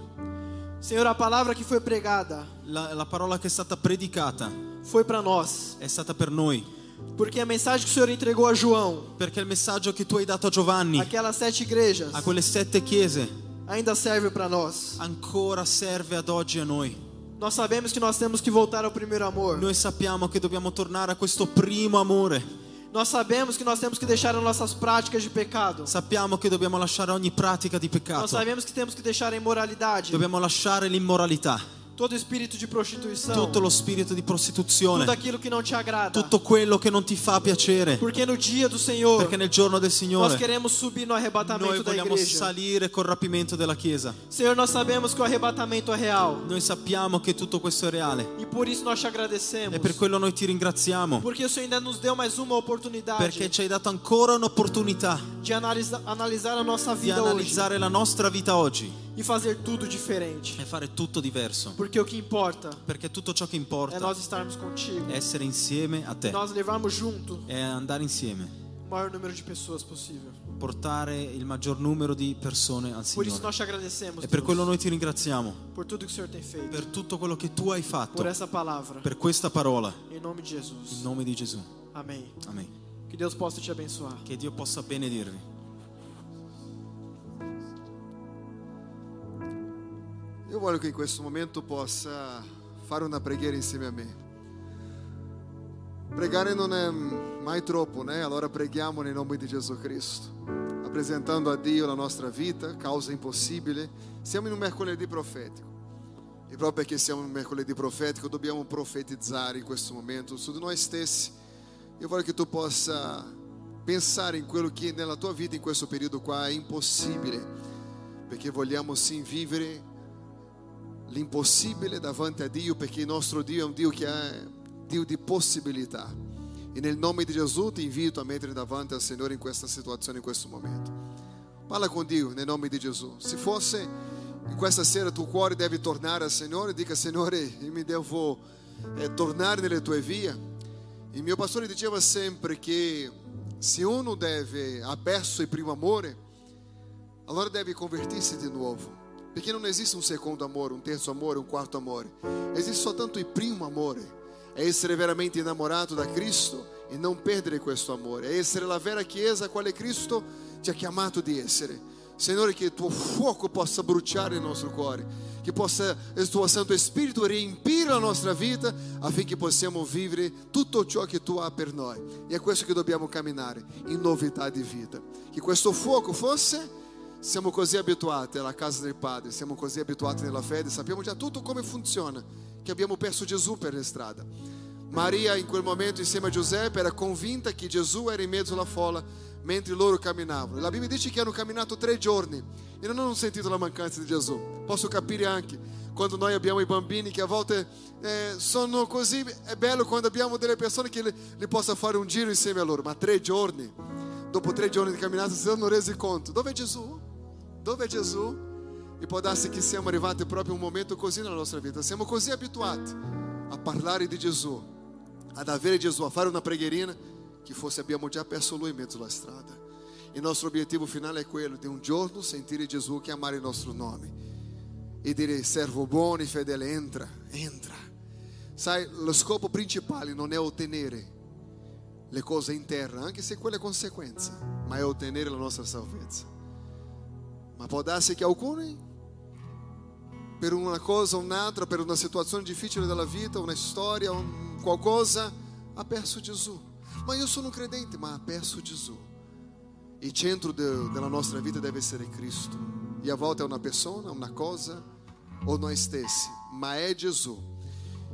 [SPEAKER 1] Senhor, a palavra que foi pregada
[SPEAKER 2] La, la parola che è stata predicata
[SPEAKER 1] foi para nós.
[SPEAKER 2] è stata per noi.
[SPEAKER 1] Porque a mensagem que o Senhor entregou a João,
[SPEAKER 2] Perché il messaggio che tu hai dato a Giovanni,
[SPEAKER 1] aquelas sete igrejas,
[SPEAKER 2] a quelle sette chiese,
[SPEAKER 1] ainda serve para nós.
[SPEAKER 2] ancora serve ad oggi a noi.
[SPEAKER 1] Nós sabemos que nós temos que voltar ao primeiro amor.
[SPEAKER 2] Noi sappiamo che dobbiamo tornare a questo primo amore.
[SPEAKER 1] Nós sabemos que nós temos que deixar as nossas práticas de pecado.
[SPEAKER 2] Sappiamo che dobbiamo lasciare ogni pratica di
[SPEAKER 1] Nós
[SPEAKER 2] peccato.
[SPEAKER 1] sabemos que temos que deixar a imoralidade,
[SPEAKER 2] Dobbiamo lasciare l'immoralità.
[SPEAKER 1] todo espírito de prostituição,
[SPEAKER 2] tutto lo spirito di
[SPEAKER 1] tudo
[SPEAKER 2] prostituzione,
[SPEAKER 1] aquilo que não te agrada.
[SPEAKER 2] tutto quello che non ti fa piacere,
[SPEAKER 1] Porque no dia do Senhor,
[SPEAKER 2] perché nel giorno del
[SPEAKER 1] nós
[SPEAKER 2] Signore
[SPEAKER 1] queremos subir no
[SPEAKER 2] noi
[SPEAKER 1] arrebatamento da
[SPEAKER 2] vogliamo
[SPEAKER 1] igreja.
[SPEAKER 2] salire col rapimento della Chiesa.
[SPEAKER 1] Senhor, nós sabemos que o arrebatamento é real.
[SPEAKER 2] Noi sappiamo che tutto questo è reale
[SPEAKER 1] E por isso nós te agradecemos.
[SPEAKER 2] e per quello noi ti ringraziamo,
[SPEAKER 1] Porque o Senhor ainda nos deu mais uma oportunidade
[SPEAKER 2] perché ci hai dato ancora un'opportunità
[SPEAKER 1] de analisa- analisar a nossa
[SPEAKER 2] di
[SPEAKER 1] vida hoje
[SPEAKER 2] analizzare la nostra vita oggi
[SPEAKER 1] e fazer tudo diferente.
[SPEAKER 2] e fare tutto diverso,
[SPEAKER 1] Porque o que importa
[SPEAKER 2] perché tutto ciò che
[SPEAKER 1] é
[SPEAKER 2] importa
[SPEAKER 1] nós estarmos contigo.
[SPEAKER 2] è essere insieme a te,
[SPEAKER 1] nós levarmos junto
[SPEAKER 2] è andare insieme,
[SPEAKER 1] o maior número de pessoas possível.
[SPEAKER 2] portare il maggior numero di persone al
[SPEAKER 1] Por isso
[SPEAKER 2] Signore.
[SPEAKER 1] nós te agradecemos
[SPEAKER 2] E per quello
[SPEAKER 1] Deus,
[SPEAKER 2] noi ti ringraziamo,
[SPEAKER 1] por tudo que o Senhor tem feito,
[SPEAKER 2] per tutto quello che tu hai
[SPEAKER 1] por
[SPEAKER 2] fatto.
[SPEAKER 1] essa palavra,
[SPEAKER 2] per questa parola.
[SPEAKER 1] em nome de
[SPEAKER 2] In
[SPEAKER 1] Jesus.
[SPEAKER 2] nome di Gesù.
[SPEAKER 1] Amém.
[SPEAKER 2] Amen.
[SPEAKER 1] Que Deus possa te abençoar.
[SPEAKER 2] Che Dio possa benedirvi.
[SPEAKER 3] Io voglio che in questo momento possa fare una preghiera insieme a me. Pregare non è mai troppo, é né? Allora preghiamo nel nome di Gesù Cristo, rappresentando a Dio la nostra vita, causa um impossibile. Siamo in un mercoledì profetico. E proprio perché siamo in un mercoledì profetico dobbiamo profetizzare in questo momento su di noi stessi. Io voglio che tu possa pensare in quello che nella tua vita in questo periodo qua è impossibile, perché vogliamo sim vivere l'impossibile davanti a Dio perché il nostro Dio è un Dio che è Dio di possibilità. E nel nome di Gesù ti invito a mettere davanti al Signore in questa situazione, in questo momento. Parla con Dio nel nome di Gesù. Se fosse in questa sera il tuo cuore deve tornare al Signore, dica Signore, io mi devo eh, tornare nelle tue vie. Il mio pastore diceva sempre che se uno deve ha perso il primo amore, Allora deve convertir-se de novo. Porque não existe um segundo amor, um terço amor, um quarto amor. Existe soltanto o primo amor. É essere veramente innamorato da Cristo e não perdere questo amor. É essere la vera chiesa a quale Cristo ti ha chiamato di essere. Signore, che il tuo fuoco possa bruciare il nostro cuore, che possa il tuo Santo Spirito riempire la nostra vita affinché possiamo vivere tutto ciò che tu hai per noi. E è questo che dobbiamo camminare, in novità di vita. Che questo fuoco fosse siamo così abituati alla casa del Padre, é siamo così abituati nella fede, sappiamo già tutto come funziona, che abbiamo perso Gesù per la strada. Maria in quel momento insieme a Giuseppe era convinta che Gesù era in mezzo alla folla mentre loro camminavano. La Bibbia dice che hanno camminato tre um giorni e é non hanno sentito la mancanza di Gesù. Posso capire anche quando noi abbiamo i bambini che a volte eh, sono così, è bello quando abbiamo delle persone che li, li possa fare un giro insieme a loro, ma tre giorni dopo tre giorni di camminata si danno resi conto dove è Gesù? Dove è Gesù? E può darsi che siamo arrivati proprio a un momento così nella nostra vita, siamo così abituati a parlare di Gesù, ad avere Gesù, a fare una preghierina che forse abbiamo già perso lui in mezzo alla strada. Il nostro obiettivo finale è quello di un giorno sentire Gesù chiamare il nostro nome e dire servo buono e fedele, entra, entra. Sai, lo scopo principale non è ottenere le cose in terra, anche se quella è conseguenza, ma è ottenere la nostra salvezza. Ma può darsi che alcuni, per una cosa o un'altra, per una situazione difficile della vita, una storia, un qualcosa, ha perso Gesù. Ma io sono un credente, ma ha perso Gesù. Il centro de- della nostra vita deve essere Cristo. E a volte è una persona, una cosa o noi stessi, ma è Gesù.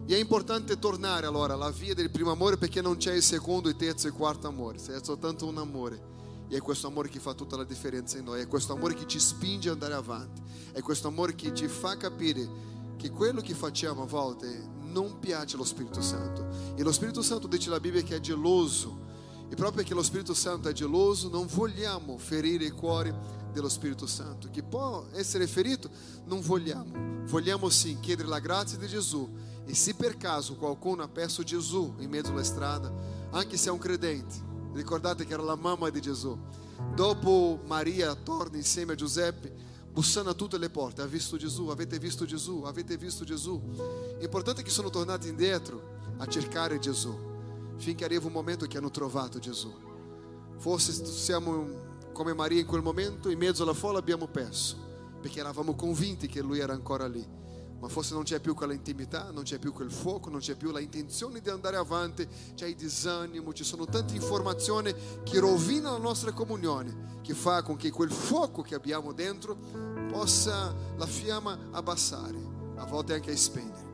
[SPEAKER 3] E è importante tornare allora alla via del primo amore perché non c'è il secondo, il terzo e il quarto amore, c'è soltanto un amore. E è questo amore che fa tutta la differenza in noi, è questo amore che ci spinge ad andare avanti, è questo amore che ci fa capire che quello che facciamo a volte non piace allo Spirito Santo. E lo Spirito Santo dice la Bibbia che è geloso E proprio perché lo Spirito Santo é è geloso, non vogliamo ferire i cuori dello Spirito Santo. Chi può essere ferito, non vogliamo. Vogliamo sì chiedere la grazia di Gesù. E se per caso qualcuno ha perso Gesù in mezzo alla strada, anche se è un credente, ricordate che era la mamma di Gesù. Dopo Maria torna insieme a Giuseppe, bussando a tutte le porte, ha visto Gesù, avete visto Gesù, avete visto Gesù. L'importante è che sono tornati indietro a cercare Gesù finché arriva un momento che hanno trovato Gesù. Forse siamo come Maria in quel momento, in mezzo alla folla abbiamo perso, perché eravamo convinti che lui era ancora lì. Ma forse non c'è più quella intimità, non c'è più quel fuoco, non c'è più la intenzione di andare avanti, c'è il disanimo, ci sono tante informazioni che rovinano la nostra comunione, che fa con che quel fuoco che abbiamo dentro possa la fiamma abbassare, a volte anche a spegnere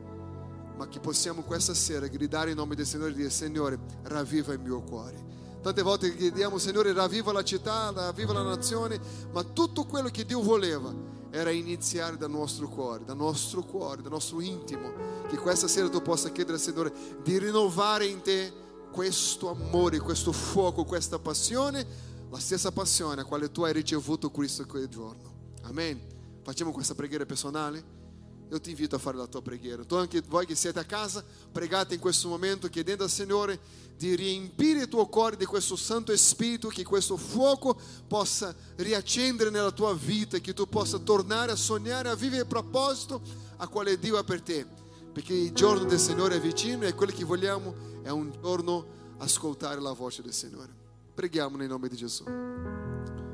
[SPEAKER 3] ma che possiamo questa sera gridare in nome del Signore e dire Signore, ravviva il mio cuore. Tante volte chiediamo Signore, ravviva la città, ravviva la nazione, ma tutto quello che Dio voleva era iniziare dal nostro cuore, dal nostro cuore, dal nostro intimo, che questa sera tu possa chiedere al Signore di rinnovare in te questo amore, questo fuoco, questa passione, la stessa passione a quale tu hai ricevuto Cristo quel giorno. Amen. Facciamo questa preghiera personale? eu te invito a fare la tua preghiera. Então, anche voi che siete a casa, pregate in questo momento, chiedendo al Signore di riempire il tuo cuore di questo Santo Spirito, che questo fuoco possa riaccendere nella tua vita, che tu possa tornare a sognare, a vivere il proposito a quale Dio ha per te. Perché il giorno del Signore è vicino e quello che vogliamo è un giorno ascoltare la voce del Signore. Preghiamo nel nome di Gesù.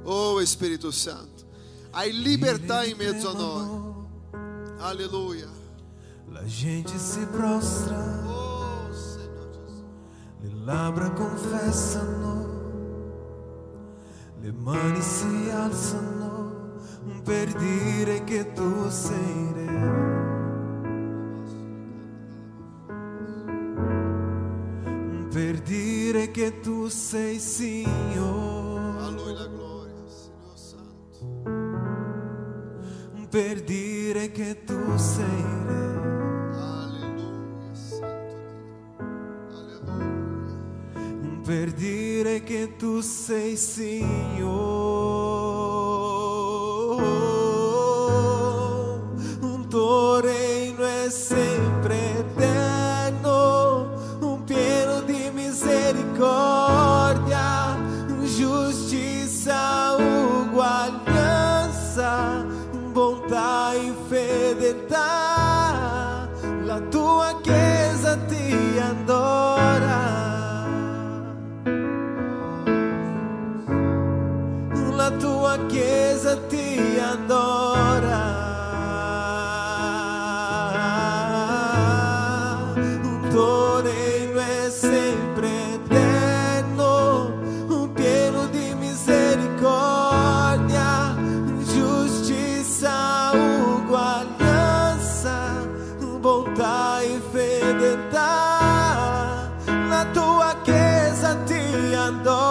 [SPEAKER 3] Oh Spirito Santo, hai libertà in mezzo a noi. Aleluia.
[SPEAKER 4] Lá gente se prostra,
[SPEAKER 3] Oh Senhor Jesus.
[SPEAKER 4] le labbra confessano, le mani si alzano per dire che tu sei re. Per dire che tu sei Signore.
[SPEAKER 3] A Lui la glória, Senhor Santo.
[SPEAKER 4] per dire che tu sei re,
[SPEAKER 3] Aleluia, Santo Dio. Aleluia.
[SPEAKER 4] per dire che é tu sei Signore. Un tuo reino è Um é sempre eterno, Um un pieno di misericordia, giustizza, uguaglianza, bontà e fedeltà. La tua chiesa ti adora. la tua chiesa ti adora. Un tuo reino è sempre eterno, un pieno di misericordia, giustizza, uguaglianza, bontà e fedeltà. La tua chiesa ti adora.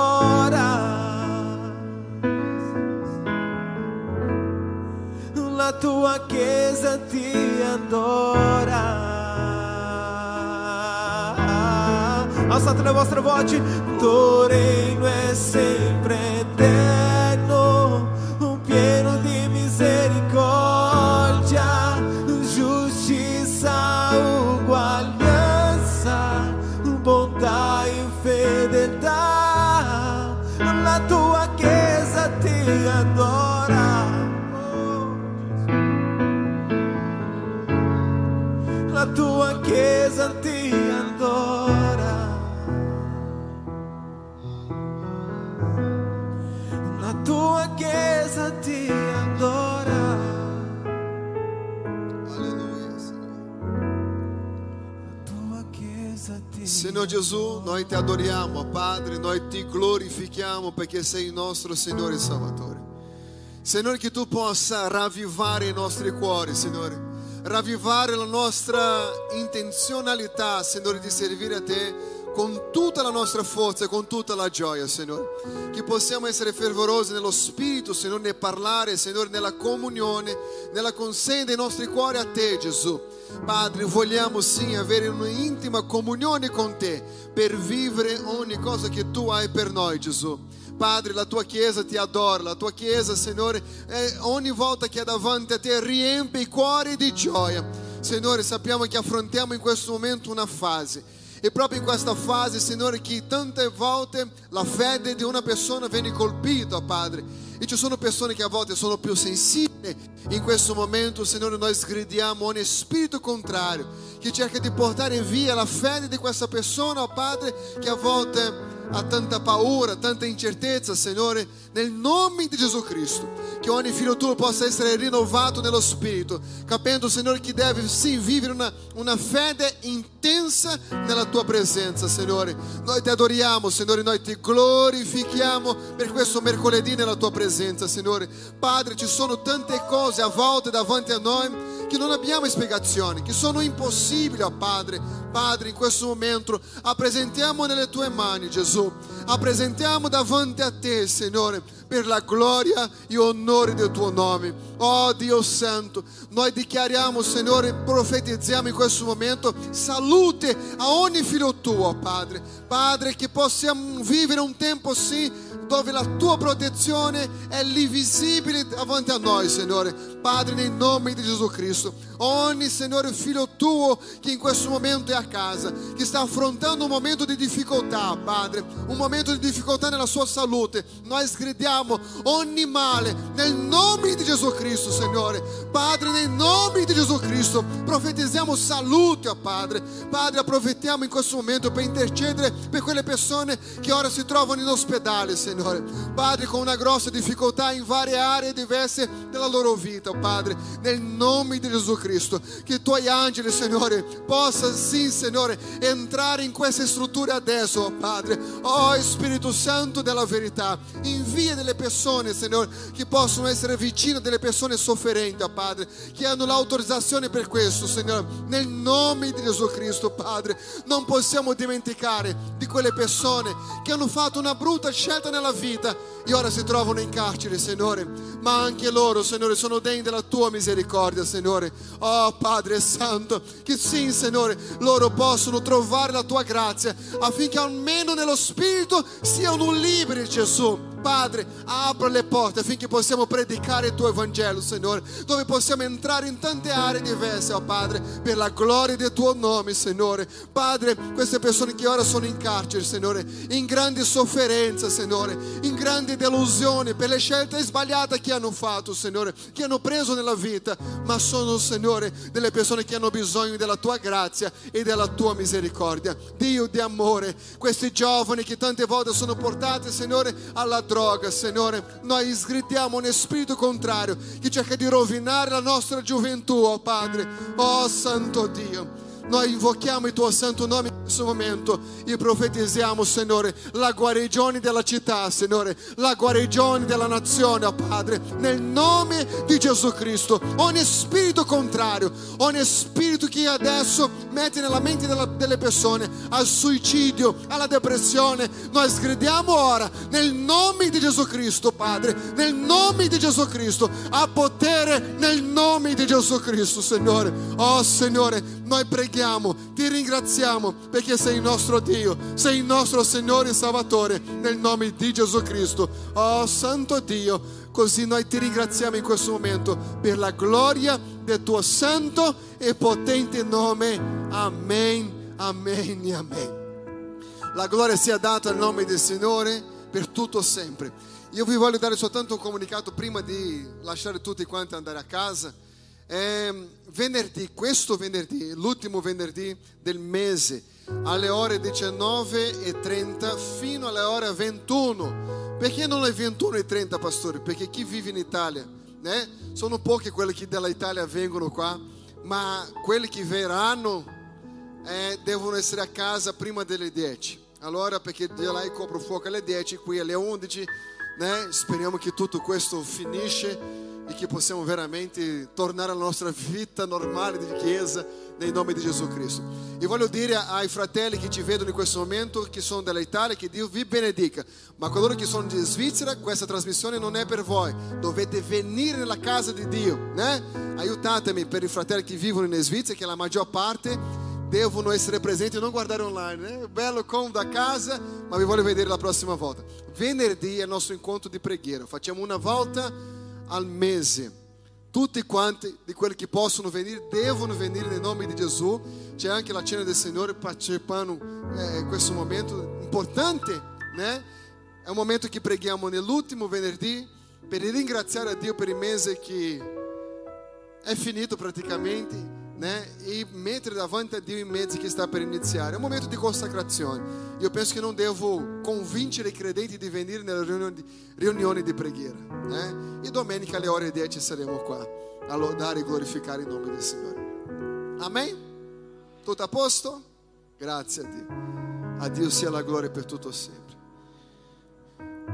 [SPEAKER 4] la tua chiesa ti adora. Alzate le vostre voci, tuo reino è sempre eterno, pieno di misericordia, giustizza, uguaglianza, bontà e fedeltà. La tua chiesa ti adora. la tua chiesa ti adora. La tua chiesa ti adora.
[SPEAKER 3] Aleluia, Senhor.
[SPEAKER 4] La tua chiesa ti
[SPEAKER 3] Senhor Jesus, nós te adoriamo, Padre, nós te glorifichiamo perché sei il nostro Signore e Salvatore. Signore, che tu possa ravvivare i nostri cuori, Signore. Ravvivare la nostra intenzionalità, Signore, di servire a te con tutta la nostra forza, con tutta la gioia, Signore. Che possiamo essere fervorosi nello Spirito, Signore, nel parlare, Signore, nella comunione, nella consegna dei nostri cuori a te, Gesù. Padre, vogliamo sì avere un'intima comunione con te per vivere ogni cosa che tu hai per noi, Gesù. Padre, la tua Chiesa ti adora, la tua Chiesa, Signore, eh, ogni volta che è davanti a te riempie i cuori di gioia. Signore, sappiamo che affrontiamo in questo momento una fase. E proprio in questa fase, Signore, che tante volte la fede di una persona viene colpita, Padre. E ci sono persone che a volte sono più sensibili. In questo momento, Signore, noi sgridiamo ogni spirito contrario che cerca di portare via la fede di questa persona, Padre, che a volte ha tanta paura, tanta incertezza, Signore, nel nome di Gesù Cristo. Che ogni figlio tuo possa essere rinnovato nello spirito, capendo, Signore, che deve sì vivere una, una fede intensa nella tua presenza, Signore. Noi ti adoriamo, Signore, noi ti glorifichiamo per questo mercoledì nella tua presenza, Signore. Padre, ci sono tante cose a volte davanti a noi che non abbiamo spiegazioni, che sono impossibili, oh Padre. Padre, in questo momento appresentiamo nelle tue mani, Gesù. Appresentiamo davanti a te, Signore, per la gloria e onore del tuo nome. Oh Dio Santo, noi dichiariamo, Signore, profetizziamo in questo momento salute a ogni figlio tuo, Padre. Padre, che possiamo vivere un tempo sì dove la tua protezione è lì visibile davanti a noi, Signore. Padre, nel nome di Gesù Cristo, ogni Signore figlio tuo che in questo momento è a casa, che sta affrontando un momento di difficoltà, Padre, un momento di difficoltà nella sua salute, noi sgridiamo ogni male nel nome di Gesù Cristo, Signore. Padre, nel nome di Gesù Cristo, profetizziamo salute, oh Padre. Padre, approfittiamo in questo momento per intercedere per quelle persone che ora si trovano in ospedale, Signore. Signore. Padre, con una grossa difficoltà in varie aree diverse della loro vita, Padre, nel nome di Gesù Cristo, che i tuoi angeli, Signore, possano, sì, Signore, entrare in queste strutture adesso, oh Padre. Oh Spirito Santo della verità, invia delle persone, Signore, che possono essere vicine delle persone sofferenti, oh Padre, che hanno l'autorizzazione per questo, Signore, nel nome di Gesù Cristo, Padre. Non possiamo dimenticare di quelle persone che hanno fatto una brutta scelta nella vita e ora si trovano in carcere, Signore. Ma anche loro, Signore, sono degni della tua misericordia, Signore. Oh Padre Santo, che sì, Signore, loro possono trovare la tua grazia affinché almeno nello Spirito siano liberi, Gesù. Padre, apra le porte affinché possiamo predicare il tuo Evangelo, Signore, dove possiamo entrare in tante aree diverse, oh Padre, per la gloria del tuo nome, Signore. Padre, queste persone che ora sono in carcere, Signore, in grande sofferenza, Signore, in grande delusione per le scelte sbagliate che hanno fatto, Signore, che hanno preso nella vita, ma sono, Signore, delle persone che hanno bisogno della tua grazia e della tua misericordia. Dio di amore, questi giovani che tante volte sono portati, Signore, alla droga, Signore. Noi sgridiamo un spirito contrario che cerca di rovinare la nostra gioventù, oh Padre. Oh Santo Dio. Noi invochiamo il tuo santo nome in questo momento e profetizziamo, Signore, la guarigione della città, Signore, la guarigione della nazione, oh Padre, nel nome di Gesù Cristo. Ogni spirito contrario, ogni spirito che adesso mette nella mente della- delle persone al suicidio, alla depressione, noi sgridiamo ora nel nome di Gesù Cristo, Padre, nel nome di Gesù Cristo, a potere nel nome di Gesù Cristo, Signore. Oh Signore, noi preghiamo ti ringraziamo perché sei il nostro Dio, sei il nostro Signore e Salvatore, nel nome di Gesù Cristo. Oh Santo Dio, così noi ti ringraziamo in questo momento per la gloria del tuo santo e potente nome. Amen, amen e amen. La gloria sia data al nome del Signore per tutto sempre. Io vi voglio dare soltanto un comunicato prima di lasciare tutti quanti andare a casa. Eh, venerdì, questo venerdì, l'ultimo venerdì del mese, alle ore 19.30 fino alle ore 21. Perché non alle 21.30, pastore? Perché chi vive in Italia, né? Sono pochi quelli che dall'Italia vengono qua, ma quelli che verranno eh, devono essere a casa prima delle 10. Allora, perché di là copro fuoco alle 10, qui alle 11, né? Speriamo che tutto questo finisce e che possiamo veramente tornare alla nostra vita normale di chiesa, nel nome di Gesù Cristo. E voglio dire ai fratelli che ci vedono in questo momento, che sono dell'Italia, che Dio vi benedica. Ma coloro che sono di Svizzera, questa trasmissione non è per voi. Dovete venire nella casa di Dio. Né? Aiutatemi per i fratelli che vivono in Svizzera, che la maggior parte devono essere presenti e non guardare online. Né? Bello come da casa, ma vi voglio vedere la prossima volta. Venerdì è il nostro incontro di preghiera. Facciamo una volta al mese. Tutti quanti di quelli che possono venire devono venire nel nome di Gesù. C'è anche la cena del Signore partecipando eh, questo momento importante, né? È un momento che preghiamo nell'ultimo venerdì per ringraziare a Dio per il mese che è É finito praticamente né? E é mettere davanti a Dio in mezzo che sta per iniziare. È un momento di consacrazione. Io penso che non devo convincere i credenti di venire nella riunione di, riunione di preghiera, né? E domenica alle ore 10 saremo qua a lodare e glorificare il nome del Signore. Amen? Tutto a posto? Grazie a Dio. A Dio sia la gloria per tutto sempre.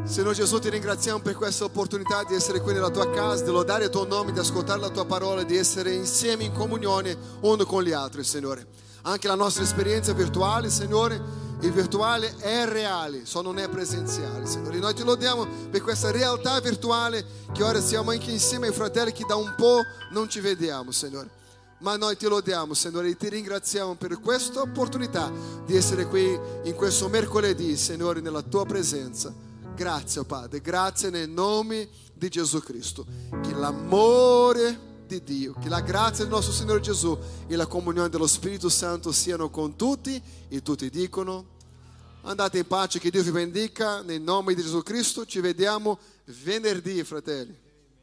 [SPEAKER 3] Signore Gesù, ti ringraziamo per questa opportunità di essere qui nella tua casa, di lodare il tuo nome, di ascoltare la tua parola, di essere insieme in comunione uno con gli altri, Signore. Anche la nostra esperienza virtuale, Signore, il virtuale è reale, só non è presenziale, Signore. E noi ti lodiamo per questa realtà virtuale che ora siamo anche insieme ai fratelli che da un po' non ci vediamo, Signore. Ma noi ti lodiamo, Signore, e ti ringraziamo per questa opportunità di essere qui in questo mercoledì, Signore, nella tua presenza. Grazie, oh Padre, grazie nel nome di Gesù Cristo. Che l'amore di Dio, che la grazia del nostro Signore Gesù e la comunione dello Spirito Santo siano con tutti e tutti dicono andate in pace, che Dio vi benedica nel nome di Gesù Cristo. Ci vediamo venerdì, fratelli.